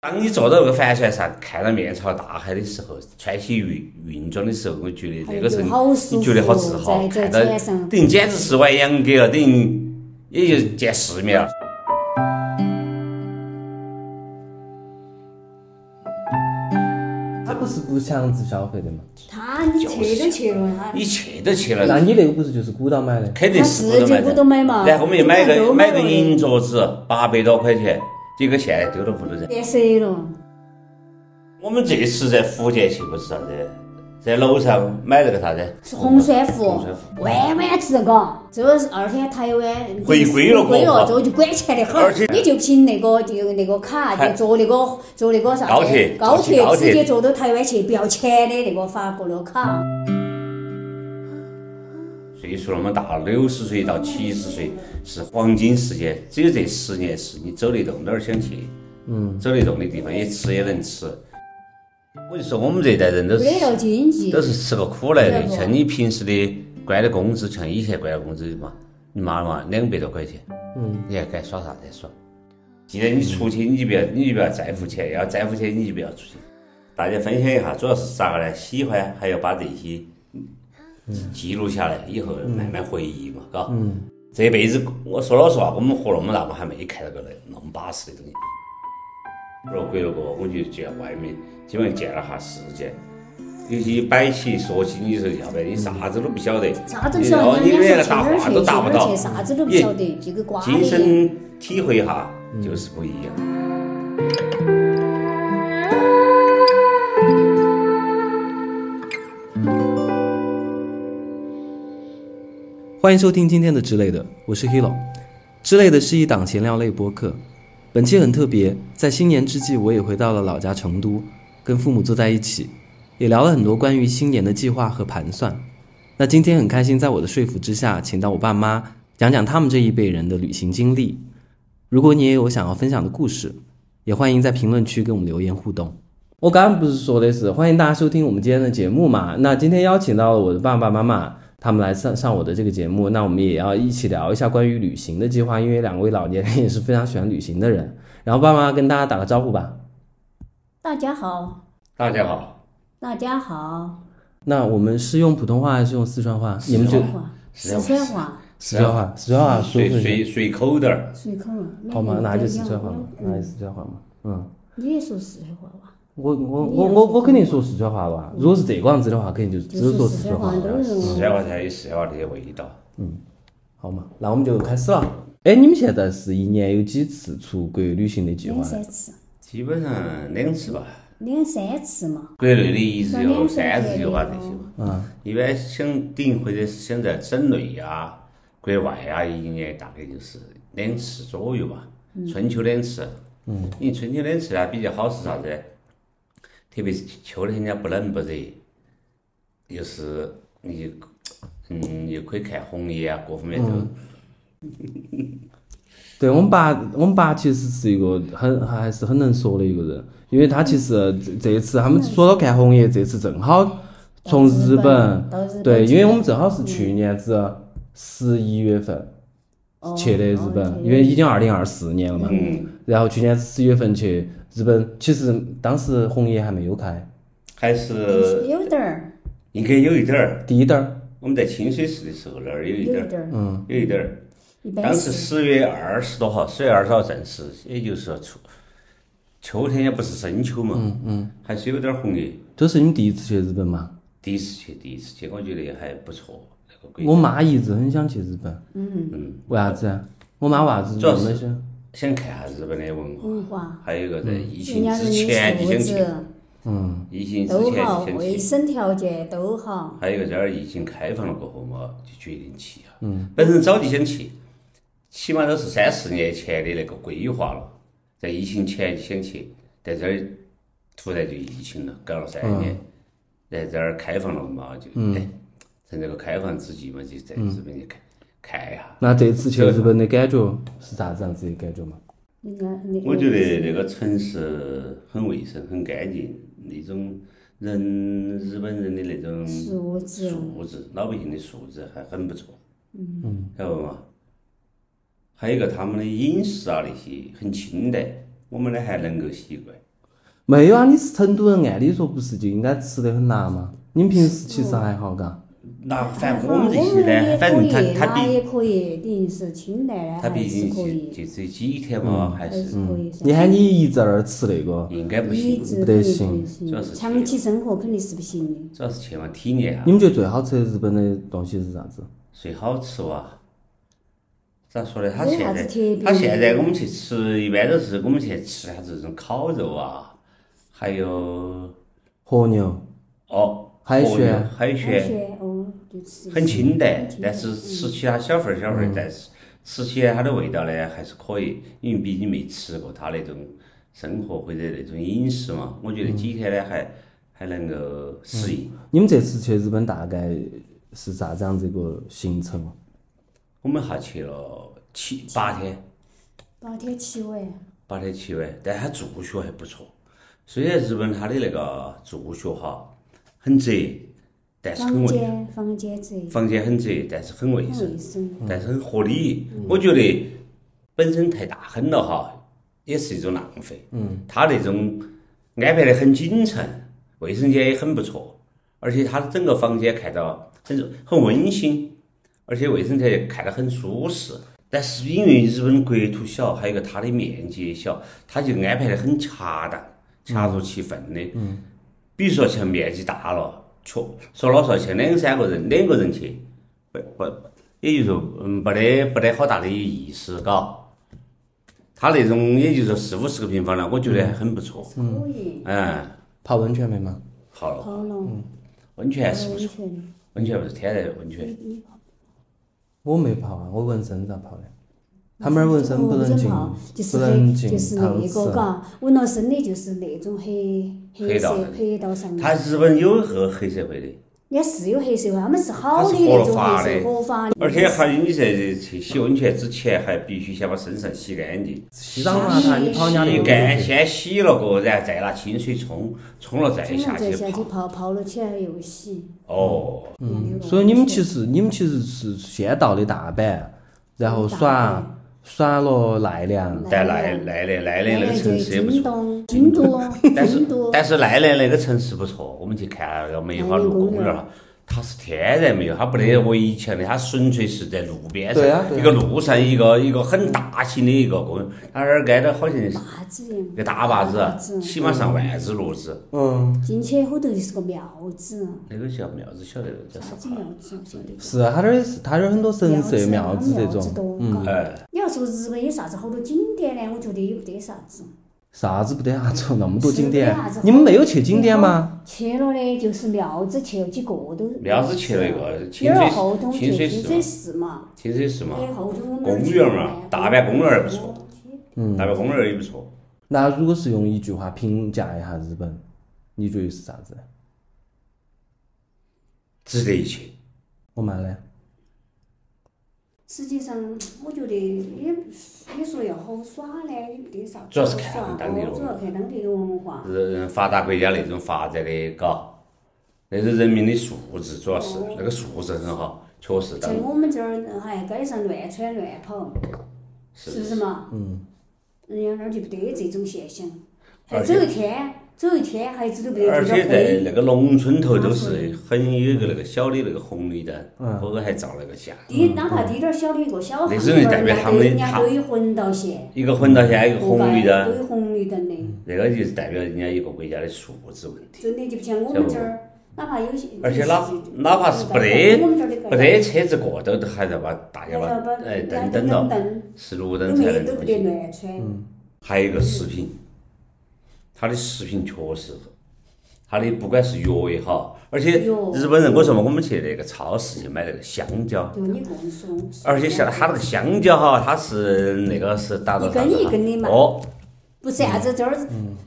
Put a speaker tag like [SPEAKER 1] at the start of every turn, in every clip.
[SPEAKER 1] 当你坐到那个帆船上，看到面朝大海的时候，穿起云云装的时候，我觉得那个时候
[SPEAKER 2] 哎好舒
[SPEAKER 1] 你
[SPEAKER 2] 服，哦
[SPEAKER 1] 觉得好自豪，
[SPEAKER 2] 在
[SPEAKER 1] 看
[SPEAKER 2] 在
[SPEAKER 1] 到
[SPEAKER 2] 船上，
[SPEAKER 1] 等于简直是玩洋给了，等于也就见世面了。
[SPEAKER 3] 他不是不强制消费的嘛？
[SPEAKER 2] 他你去都去了，他
[SPEAKER 1] 你去都去了，
[SPEAKER 3] 那你那个不是就是鼓捣买的？
[SPEAKER 1] 肯
[SPEAKER 2] 他
[SPEAKER 1] 定是
[SPEAKER 2] 自己
[SPEAKER 1] 不
[SPEAKER 2] 不
[SPEAKER 1] 得
[SPEAKER 2] 都
[SPEAKER 1] 买
[SPEAKER 2] 买
[SPEAKER 1] 的。
[SPEAKER 2] 嘛，
[SPEAKER 1] 然后我们又买
[SPEAKER 2] 基本上
[SPEAKER 1] 个
[SPEAKER 2] 都
[SPEAKER 1] 买
[SPEAKER 2] 了
[SPEAKER 1] 个银镯子，八百多块钱，结果现在丢到屋头人。
[SPEAKER 2] 变水了，
[SPEAKER 1] 我们这次在福建去不是啥子，在楼上买了个啥子？
[SPEAKER 2] 是红酸
[SPEAKER 1] 红
[SPEAKER 2] 符
[SPEAKER 1] 酸符，
[SPEAKER 2] 弯弯直着搞，这是二天台湾
[SPEAKER 1] 回归了
[SPEAKER 2] 回归
[SPEAKER 1] 国货
[SPEAKER 2] 了，这就管钱得
[SPEAKER 1] 而
[SPEAKER 2] 很
[SPEAKER 1] 且，
[SPEAKER 2] 你就凭那个就那个卡，
[SPEAKER 1] 还
[SPEAKER 2] 就坐那个坐那个啥子
[SPEAKER 1] 高铁坐
[SPEAKER 2] 高
[SPEAKER 1] 高
[SPEAKER 2] 铁
[SPEAKER 1] 铁
[SPEAKER 2] 直接坐到台湾去，不要钱的那个法国的卡，
[SPEAKER 1] 岁数那么大，六十岁到七十岁是黄金时间，只有这十年是你走得动哪儿想去，嗯，走得动的地方也吃也能吃。我就说我们这代人都是
[SPEAKER 2] 没得了经济
[SPEAKER 1] 都。是吃个苦来的，
[SPEAKER 2] 对不
[SPEAKER 1] 像你平时的关的工资，像以前关的工资嘛，你妈嘛两百多块钱，
[SPEAKER 3] 嗯，
[SPEAKER 1] 你还该耍啥子耍？既然你出去，你就不要你就不要在乎钱，要在乎钱你就不要出去。大家分享一下，主要是咋个呢？喜欢还要把这些记录下来，以后
[SPEAKER 3] 嗯
[SPEAKER 1] 慢慢回忆嘛，嘎。嗯。这辈子我说老实话，我们活那么大，我还没看到过那那么巴适的东西。我说国了过，我就去外面，基本上见了下世界。有些摆起说起你说要不然你啥子都不晓得，
[SPEAKER 2] 啥子
[SPEAKER 1] 你
[SPEAKER 2] 不晓
[SPEAKER 1] 哦
[SPEAKER 2] 得，
[SPEAKER 1] 你
[SPEAKER 2] 人家
[SPEAKER 1] 连个大
[SPEAKER 2] 说去哪儿
[SPEAKER 1] 话
[SPEAKER 2] 去
[SPEAKER 1] 都
[SPEAKER 2] 去
[SPEAKER 1] 达
[SPEAKER 2] 哪
[SPEAKER 1] 不
[SPEAKER 2] 儿
[SPEAKER 1] 到
[SPEAKER 2] 去，，啥子都不
[SPEAKER 1] 也
[SPEAKER 2] 晓得，就跟瓜的
[SPEAKER 1] 亲
[SPEAKER 2] 一样。
[SPEAKER 1] 身体会哈，
[SPEAKER 3] 嗯
[SPEAKER 1] 就是不一样。
[SPEAKER 3] 欢迎收听今天的《之类的》，我是 Hilo。《之类的》是一档闲聊类播客，本期很特别，在新年之际，我也回到了老家成都，跟父母坐在一起，也聊了很多关于新年的计划和盘算。那今天很开心，在我的说服之下，请到我爸妈讲讲他们这一辈人的旅行经历。如果你也有想要分享的故事，也欢迎在评论区给我们留言互动。我刚刚不是说的是欢迎大家收听我们今天的节目嘛？那今天邀请到了我的爸爸妈妈，他们来上上我的这个节目，那我们也要一起聊一下关于旅行的计划，因为两位老年人也是非常喜欢旅行的人。然后爸妈跟大家打个招呼吧。
[SPEAKER 2] 大家好，
[SPEAKER 1] 大家好，
[SPEAKER 2] 大家好，
[SPEAKER 3] 那我们是用普通话还是用四川话？你们就
[SPEAKER 2] 四川话，四川话，
[SPEAKER 3] 四川话，四川话啊舒
[SPEAKER 1] 随
[SPEAKER 3] 服一点。
[SPEAKER 1] 随随口点儿，
[SPEAKER 2] 随口了。
[SPEAKER 3] 好吗？那就四川话嘛，啊
[SPEAKER 1] 哎
[SPEAKER 3] 那就
[SPEAKER 2] 嗯，
[SPEAKER 3] 四川话嘛。嗯，
[SPEAKER 2] 你也说四川话吧？
[SPEAKER 3] 我我我我我肯定说四川话吧。如果是这个样子的话，嗯肯定就只
[SPEAKER 2] 就
[SPEAKER 3] 有
[SPEAKER 2] 是
[SPEAKER 3] 说
[SPEAKER 2] 四
[SPEAKER 3] 四川
[SPEAKER 2] 川
[SPEAKER 3] 话
[SPEAKER 2] 话，。都是
[SPEAKER 1] 四
[SPEAKER 2] 我。
[SPEAKER 1] 川话才有四川话的味道。
[SPEAKER 3] 好嘛，那我们就开始了。哎，你们现在是一年有几次出国旅行的计划
[SPEAKER 2] 两
[SPEAKER 3] 呢？
[SPEAKER 2] 三次，
[SPEAKER 1] 基本上两次吧，
[SPEAKER 2] 两三次嘛，
[SPEAKER 1] 国内的一日游、三
[SPEAKER 2] 两三
[SPEAKER 1] 日
[SPEAKER 2] 次
[SPEAKER 1] 游啊这些嘛。
[SPEAKER 3] 啊，
[SPEAKER 1] 一般想顶或者是想在省内啊、国外啊，一年大概就是两次左右吧，春秋两次。嗯，因为春秋两次呢比较好是啥子呢？特别是秋天人家不冷不热，又是你就嗯又可以看红叶啊，各方面都。
[SPEAKER 3] 对
[SPEAKER 2] 嗯
[SPEAKER 3] 我们爸，我们爸其实是一个很还是很能说的一个人，因为他其实
[SPEAKER 2] 嗯
[SPEAKER 3] 这这一次他们说到看红叶，这次正好从日本，
[SPEAKER 2] 到日本
[SPEAKER 3] 对，
[SPEAKER 2] 去嗯
[SPEAKER 3] 因为我们正好是去年子十一月份
[SPEAKER 2] 哦
[SPEAKER 3] 去的日
[SPEAKER 2] 哦嗯
[SPEAKER 3] 本，
[SPEAKER 2] 去
[SPEAKER 3] 因为已经二零二四年了嘛，然后去年十一月份去日本，其实当时红叶还没有开，
[SPEAKER 1] 还是
[SPEAKER 2] 有点儿，
[SPEAKER 1] 应该有一点儿。
[SPEAKER 3] 低点儿，
[SPEAKER 1] 我们在清水寺的时候，那儿有一
[SPEAKER 2] 有
[SPEAKER 1] 点
[SPEAKER 2] 一
[SPEAKER 1] 儿，
[SPEAKER 2] 点儿，
[SPEAKER 3] 嗯
[SPEAKER 1] 有一点儿。
[SPEAKER 2] 一
[SPEAKER 1] 当
[SPEAKER 2] 般
[SPEAKER 1] 时
[SPEAKER 2] 是
[SPEAKER 1] 十月二十多号，十月二十号正是，也就是说初秋天也不是深秋嘛，嗯嗯，还是有点红叶。
[SPEAKER 3] 这是你们第一次去日本吗？
[SPEAKER 1] 第一次去，第一次去，我觉得还不错。那个
[SPEAKER 2] 嗯
[SPEAKER 1] 国家
[SPEAKER 3] 我妈一直很想去日本，
[SPEAKER 1] 嗯，
[SPEAKER 3] 为啥子啊？我妈为啥子
[SPEAKER 1] 主要
[SPEAKER 3] 那
[SPEAKER 1] 是
[SPEAKER 3] 么想？
[SPEAKER 1] 想看下日本的文化，
[SPEAKER 2] 文化，
[SPEAKER 1] 还有一个在疫
[SPEAKER 2] 嗯人
[SPEAKER 1] 情
[SPEAKER 2] 家
[SPEAKER 1] 之
[SPEAKER 2] 人
[SPEAKER 1] 前
[SPEAKER 2] 的
[SPEAKER 1] 就
[SPEAKER 2] 素
[SPEAKER 1] 想去，
[SPEAKER 2] 质
[SPEAKER 1] 疫情之
[SPEAKER 2] 都
[SPEAKER 1] 前
[SPEAKER 2] 好，
[SPEAKER 1] 就想
[SPEAKER 2] 卫
[SPEAKER 1] 去，
[SPEAKER 2] 生条件都好，
[SPEAKER 1] 还有一个这儿疫情开放了过后嘛，就决定去啊。嗯，本身早就想去，起码都是三四年前的那个规划了，在疫情前就想去，在这儿突然就疫情了，搞了三年，在这儿开放了嘛，就哎，趁这个开放之际嘛，就在日本去看看一下。
[SPEAKER 3] 那这次去日本的感觉是啥子样子的感觉嘛？
[SPEAKER 2] 应该那
[SPEAKER 1] 我觉得那个城市很卫生、很干净，那种人日本人的那种
[SPEAKER 2] 素质
[SPEAKER 1] 素质，老百姓的素质还很不错。嗯，晓得嘛？还有一个他们的饮食啊那些很清淡，我们呢还能够习惯。
[SPEAKER 4] 没有啊，你是成都人，按理说不是就应该吃得很辣吗？你们平时其实还好嘎，
[SPEAKER 1] 那反正
[SPEAKER 2] 我
[SPEAKER 1] 我们这些呢，反正他他
[SPEAKER 2] 也可
[SPEAKER 1] 比
[SPEAKER 2] 以，辣也可以，你是清淡的
[SPEAKER 1] 他
[SPEAKER 2] 还
[SPEAKER 1] 毕
[SPEAKER 2] 是
[SPEAKER 1] 竟
[SPEAKER 2] 可
[SPEAKER 1] 就
[SPEAKER 2] 以，
[SPEAKER 1] 就只有几天嘛，还
[SPEAKER 2] 还
[SPEAKER 1] 是
[SPEAKER 2] 是可
[SPEAKER 3] 嗯
[SPEAKER 2] 以。
[SPEAKER 4] 你喊你一直二吃那个，
[SPEAKER 1] 应该不
[SPEAKER 2] 一
[SPEAKER 1] 行。
[SPEAKER 2] 直
[SPEAKER 4] 不
[SPEAKER 2] 可
[SPEAKER 4] 得
[SPEAKER 2] 以
[SPEAKER 4] 行
[SPEAKER 2] 不行
[SPEAKER 1] 主要是
[SPEAKER 2] 长期生活肯定是不行的。
[SPEAKER 1] 主要是去嘛体验啊
[SPEAKER 4] 你，们觉得最好吃的日本的东西是啥子？
[SPEAKER 1] 最好吃哇。咋说呢？他
[SPEAKER 2] 有
[SPEAKER 1] 现
[SPEAKER 2] 啥
[SPEAKER 1] 在
[SPEAKER 2] 子特别
[SPEAKER 1] 他现在我们去吃，一般都是我们去吃啥子这种烤肉啊，还有
[SPEAKER 4] 和牛，
[SPEAKER 1] 哦
[SPEAKER 4] 海
[SPEAKER 1] 河
[SPEAKER 4] 鲜
[SPEAKER 1] 流海
[SPEAKER 2] 海
[SPEAKER 1] 鲜
[SPEAKER 2] 鲜哦，就吃
[SPEAKER 1] 嗯很清淡嗯
[SPEAKER 2] 很，清
[SPEAKER 1] 但是吃起它小份儿小份儿，但是吃起来它的味道呢还是可以，因为毕竟没吃过它那种生活或者那种饮食嘛，我觉得几天呢还还能够适应。
[SPEAKER 3] 嗯
[SPEAKER 4] 你们这次去日本大概是啥子样子一个行程哦？
[SPEAKER 1] 我们还去了七八天，
[SPEAKER 2] 八天七晚，
[SPEAKER 1] 八天七晚，但它住宿还不错。虽然日本它的那个住宿哈很窄，但是很
[SPEAKER 2] 房
[SPEAKER 1] 卫，
[SPEAKER 2] 间房间这
[SPEAKER 1] 房间很窄，但是很卫生
[SPEAKER 2] 很卫。生。
[SPEAKER 1] 但是很合理。我觉得本身太大很了哈，也是一种浪费。嗯，他那种安排得很谨慎，卫生间也很不错，而且他整个房间看到很很温馨，而且卫生间看得很舒适。但是因为日本国土小，还有一个它的面积也小，它就安排得很恰当、恰如其分的。嗯，比如说像面积大了，确说老实话，像两三个人，两个人去，不不也就是说，嗯，没得没得好大的意思，嘎。他那种也就是说四五十个平方了，我觉得还很不错。
[SPEAKER 2] 可以，
[SPEAKER 1] 嗯，
[SPEAKER 4] 泡温泉没嘛？
[SPEAKER 1] 好了，
[SPEAKER 2] 好了，
[SPEAKER 1] 温泉还是不
[SPEAKER 2] 温
[SPEAKER 1] 错，
[SPEAKER 2] 泉，
[SPEAKER 1] 温泉不是天然温泉，
[SPEAKER 4] 我没泡啊，我纹身咋泡的？他们那儿纹身不能进
[SPEAKER 2] 泡，啊就是
[SPEAKER 4] 不能
[SPEAKER 2] 很
[SPEAKER 4] 进
[SPEAKER 2] 就是
[SPEAKER 4] 汤
[SPEAKER 2] 那
[SPEAKER 4] 池
[SPEAKER 2] 个。嘎，纹了身的就是那种黑
[SPEAKER 1] 黑
[SPEAKER 2] 黑
[SPEAKER 1] 道
[SPEAKER 2] 色
[SPEAKER 1] 的
[SPEAKER 2] 黑道上
[SPEAKER 1] 他
[SPEAKER 2] 的，
[SPEAKER 1] 日本有个黑社会的，
[SPEAKER 2] 人家是有黑社会，他们是
[SPEAKER 1] 它
[SPEAKER 2] 好
[SPEAKER 1] 是
[SPEAKER 2] 的
[SPEAKER 1] 合
[SPEAKER 2] 那种
[SPEAKER 1] 法
[SPEAKER 2] 黑
[SPEAKER 1] 的
[SPEAKER 2] 社合法的，
[SPEAKER 1] 而且还有你在去洗温泉之前，还必须先把身上洗干净，
[SPEAKER 4] 洗澡嘛，他你泡人家那
[SPEAKER 1] 洗
[SPEAKER 4] 个
[SPEAKER 1] 干
[SPEAKER 4] 温泉，
[SPEAKER 1] 先洗了过，然后再拿清水冲，冲了再
[SPEAKER 2] 冲
[SPEAKER 1] 下
[SPEAKER 2] 了再
[SPEAKER 1] 去
[SPEAKER 2] 下去
[SPEAKER 1] 泡。
[SPEAKER 2] 泡，泡了起来又洗。
[SPEAKER 1] 哦，
[SPEAKER 2] 嗯
[SPEAKER 4] 所以你们其实你们其实是先到的大阪，然
[SPEAKER 2] 嗯
[SPEAKER 4] 后耍耍了奈良，
[SPEAKER 1] 但奈奈良奈良那个城市也不
[SPEAKER 2] 哎京
[SPEAKER 1] 错，
[SPEAKER 2] 东，京都，
[SPEAKER 1] 但是
[SPEAKER 2] 京都，
[SPEAKER 1] 但是奈良那个城市不错，我们去看那个梅花鹿公
[SPEAKER 4] 哎
[SPEAKER 1] 园儿，它是天然没有，它不得围墙的，它纯粹是在路边上，
[SPEAKER 4] 对啊对啊
[SPEAKER 1] 一个路上一个一个很大型的一个公园，它那儿挨着好像是
[SPEAKER 2] 坝子一样
[SPEAKER 1] 一，个大坝
[SPEAKER 2] 大坝
[SPEAKER 1] 子，啊
[SPEAKER 4] 啊
[SPEAKER 2] 子
[SPEAKER 1] 起码上万只骡子，
[SPEAKER 4] 嗯，
[SPEAKER 2] 进去后头就是个庙子，
[SPEAKER 1] 那个叫庙子，晓得叫啥
[SPEAKER 2] 啥？子庙子晓得？
[SPEAKER 4] 是啊他那儿也是他那儿很多神社
[SPEAKER 2] 庙
[SPEAKER 4] 庙
[SPEAKER 2] 子
[SPEAKER 4] 子这
[SPEAKER 2] 庙子
[SPEAKER 4] 种，嗯
[SPEAKER 2] 多，嘎
[SPEAKER 1] 哎，
[SPEAKER 2] 你要说日本有啥子好多景点呢？我觉得也不得啥子。
[SPEAKER 4] 啥子不得 啥子，那么多景
[SPEAKER 2] 是
[SPEAKER 4] 点
[SPEAKER 2] 不得啥子，
[SPEAKER 4] 你们没有去景点吗？？
[SPEAKER 2] 去了的，就是庙子去了几个都。
[SPEAKER 1] 庙子去了一个清
[SPEAKER 2] 有
[SPEAKER 1] 水
[SPEAKER 2] 点
[SPEAKER 1] 寺
[SPEAKER 2] 后头
[SPEAKER 1] 清
[SPEAKER 2] 去
[SPEAKER 1] 水
[SPEAKER 2] 清
[SPEAKER 1] 寺
[SPEAKER 2] 水
[SPEAKER 1] 嘛，
[SPEAKER 2] 寺嘛，
[SPEAKER 1] 清水寺嘛，
[SPEAKER 2] 哎，后头我们
[SPEAKER 1] 公
[SPEAKER 2] 去
[SPEAKER 1] 园嘛，大阪公园儿也不错，
[SPEAKER 4] 嗯
[SPEAKER 1] 大阪公园儿也不错。
[SPEAKER 4] 那如果是用一句话评价一下日本，你觉得是啥子？
[SPEAKER 1] 值得一去。
[SPEAKER 4] 我妈嘞？
[SPEAKER 2] 实际上，我觉得也也说要好耍呢，也没得啥子
[SPEAKER 1] 主要是
[SPEAKER 2] 好
[SPEAKER 1] 看
[SPEAKER 2] 耍
[SPEAKER 1] 当地的
[SPEAKER 2] 哦主要看当地的文化。
[SPEAKER 1] 呃，发达国家那种发展的，嘎，那种人民的素质主要是
[SPEAKER 2] 哦
[SPEAKER 1] 那个素质很好，确实当
[SPEAKER 2] 像我们这儿还街上乱窜乱跑，是不是嘛？嗯。人家那儿就不得这种现象，还
[SPEAKER 1] 而
[SPEAKER 2] 走
[SPEAKER 1] 且
[SPEAKER 2] 一天，走一天还走都不得
[SPEAKER 1] 而
[SPEAKER 2] 走
[SPEAKER 1] 且
[SPEAKER 2] 到
[SPEAKER 1] 在
[SPEAKER 2] 黑。
[SPEAKER 1] 那个农村头都是很有一个那个小的那个红绿灯，偶尔还照那个相。
[SPEAKER 2] 滴哪怕滴点儿小的一个小
[SPEAKER 1] 那
[SPEAKER 2] 巷
[SPEAKER 1] 是
[SPEAKER 2] 子，
[SPEAKER 1] 代
[SPEAKER 2] 人
[SPEAKER 1] 表
[SPEAKER 2] 家
[SPEAKER 1] 他
[SPEAKER 2] 都
[SPEAKER 1] 们的
[SPEAKER 2] 人家
[SPEAKER 1] 他
[SPEAKER 2] 都有红道线，
[SPEAKER 1] 一个混到线，一个
[SPEAKER 2] 各
[SPEAKER 1] 红绿
[SPEAKER 2] 个都
[SPEAKER 1] 灯，嗯
[SPEAKER 2] 有红绿灯的，
[SPEAKER 1] 那个就是代表人家一个国家的素质问题。
[SPEAKER 2] 真的就不像我们这儿，哪怕有些，
[SPEAKER 1] 而且
[SPEAKER 2] 有
[SPEAKER 1] 哪
[SPEAKER 2] 些
[SPEAKER 1] 哪怕是不
[SPEAKER 2] 我
[SPEAKER 1] 得
[SPEAKER 2] 们这儿的
[SPEAKER 1] 不得车子过，都都还要把大家
[SPEAKER 2] 还要
[SPEAKER 1] 把
[SPEAKER 2] 把
[SPEAKER 1] 哎
[SPEAKER 2] 人家
[SPEAKER 1] 灯
[SPEAKER 2] 都
[SPEAKER 1] 等
[SPEAKER 2] 等
[SPEAKER 1] 了，
[SPEAKER 2] 灯，
[SPEAKER 1] 是路
[SPEAKER 2] 都
[SPEAKER 1] 灯才
[SPEAKER 2] 没
[SPEAKER 1] 能嗯
[SPEAKER 2] 都不
[SPEAKER 1] 过
[SPEAKER 2] 得
[SPEAKER 1] 去。
[SPEAKER 2] 乱穿，
[SPEAKER 1] 还有一个食品，它的食品确实，它的不管是药也好，而且
[SPEAKER 2] 哟
[SPEAKER 1] 日本人我说嘛，我们去那个超市去买那个香蕉，
[SPEAKER 2] 对，你跟说，
[SPEAKER 1] 而且像它那个香蕉哈，它是那个是达到
[SPEAKER 2] 一根一根的嘛
[SPEAKER 1] 哦，
[SPEAKER 2] 不是啥子这儿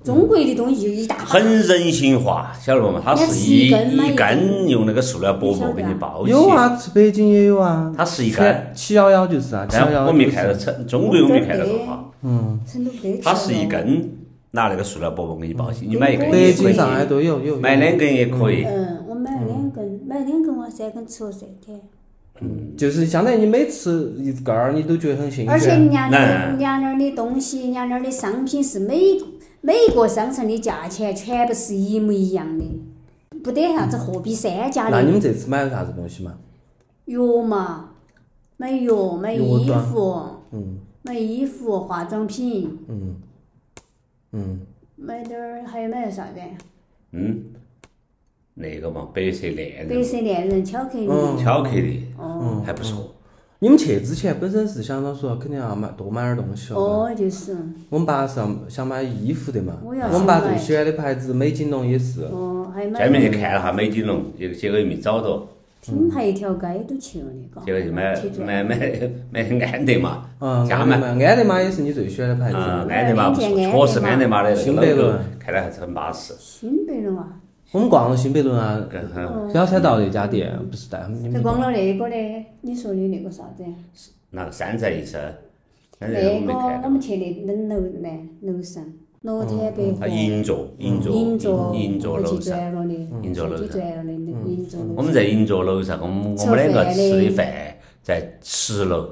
[SPEAKER 2] 中国的东西就一大把，
[SPEAKER 1] 很人性化，晓得不嘛？它
[SPEAKER 2] 那
[SPEAKER 1] 是
[SPEAKER 2] 是
[SPEAKER 1] 一
[SPEAKER 2] 一根吗
[SPEAKER 1] 一
[SPEAKER 2] 一
[SPEAKER 1] 根
[SPEAKER 2] 根
[SPEAKER 1] 用那个塑料薄
[SPEAKER 2] 你晓
[SPEAKER 1] 膜
[SPEAKER 2] 得
[SPEAKER 1] 给你包起，
[SPEAKER 4] 有啊，去北京也有啊。
[SPEAKER 1] 它哦是一根，
[SPEAKER 4] 七幺幺就是啊，七幺幺
[SPEAKER 1] 但我没看到成中国我没看到
[SPEAKER 2] 我
[SPEAKER 1] 过
[SPEAKER 2] 们这儿
[SPEAKER 1] 哈，
[SPEAKER 2] 成都不得吃
[SPEAKER 1] 它是一
[SPEAKER 2] 了，
[SPEAKER 1] 根拿那个塑料薄膜给你包起，你买一根
[SPEAKER 4] 北
[SPEAKER 1] 也可
[SPEAKER 4] 京、
[SPEAKER 1] 以，
[SPEAKER 4] 上海都有有。有
[SPEAKER 1] 买两根也可以，
[SPEAKER 2] 嗯，我买了两根，买了两根哇，三根吃了三天。
[SPEAKER 4] 就是相当于你每次一根儿，你都觉得很新
[SPEAKER 2] 而且
[SPEAKER 4] 鲜。
[SPEAKER 2] 人家那
[SPEAKER 1] 那
[SPEAKER 2] 儿人家那儿的东西，人家那儿的商品是每每个商城的价钱全部是一模一样的，不得啥子货比三家
[SPEAKER 3] 那你
[SPEAKER 2] 的。
[SPEAKER 3] 们这次买了啥子东西嘛？
[SPEAKER 2] 药嘛，买药，买
[SPEAKER 3] 药
[SPEAKER 2] 衣
[SPEAKER 3] 妆
[SPEAKER 2] 服，
[SPEAKER 3] 嗯
[SPEAKER 2] 买衣服、化妆品，
[SPEAKER 3] 嗯嗯，
[SPEAKER 2] 买点儿还有买啥子？
[SPEAKER 1] 嗯，那个嘛，白色恋
[SPEAKER 2] 白
[SPEAKER 1] 人，
[SPEAKER 2] 色恋人巧克力。
[SPEAKER 3] 嗯
[SPEAKER 1] 巧克力
[SPEAKER 2] 哦
[SPEAKER 1] 还不错，
[SPEAKER 3] 你们去之前本身是想到说肯定要买多买点东西哦。
[SPEAKER 1] 嗯
[SPEAKER 2] 哦，就是，
[SPEAKER 3] 我们爸是要想买衣服的嘛，我
[SPEAKER 2] 我也是
[SPEAKER 3] 们爸
[SPEAKER 2] 买
[SPEAKER 3] 最喜欢的牌子美津浓也是。
[SPEAKER 2] 哦，还买
[SPEAKER 1] 专门去看了下美津浓，结结果又没找到，
[SPEAKER 2] 品牌一条街都去哦了，嘎。
[SPEAKER 1] 结果嗯就买
[SPEAKER 2] 去转
[SPEAKER 1] 买买 买安德玛，
[SPEAKER 3] 嗯，
[SPEAKER 1] 家
[SPEAKER 3] 安
[SPEAKER 1] 买
[SPEAKER 3] 德玛，安德玛也是你最喜欢的牌
[SPEAKER 1] 嗯，
[SPEAKER 3] 子。
[SPEAKER 1] 安德玛不错，确实安德玛的那个
[SPEAKER 3] 新北
[SPEAKER 1] logo
[SPEAKER 3] 仑
[SPEAKER 1] 看来还是很巴适，
[SPEAKER 2] 新北路啊，
[SPEAKER 3] 我们逛了新北仑啊，
[SPEAKER 1] 嗯哼，
[SPEAKER 2] 哦，
[SPEAKER 3] 小山道那家店，不是带你们
[SPEAKER 2] 还
[SPEAKER 3] 去
[SPEAKER 2] 逛
[SPEAKER 3] 逛。
[SPEAKER 2] 了那个的，你说的那个啥子？
[SPEAKER 1] 那个山寨医生，山寨医
[SPEAKER 2] 那
[SPEAKER 1] 生我
[SPEAKER 2] 个
[SPEAKER 1] 没看
[SPEAKER 2] 我
[SPEAKER 1] 到
[SPEAKER 2] 们。去那冷楼呢，楼上罗天百
[SPEAKER 1] 啊，
[SPEAKER 2] 货，
[SPEAKER 1] 银座，银座，
[SPEAKER 2] 银嗯座
[SPEAKER 1] 银座
[SPEAKER 2] 我
[SPEAKER 1] 楼
[SPEAKER 2] 去
[SPEAKER 1] 上，
[SPEAKER 2] 转了的，
[SPEAKER 1] 银座楼
[SPEAKER 2] 去转了的银座楼。
[SPEAKER 1] 我们在银座楼上，我们我们两个吃的饭在十楼，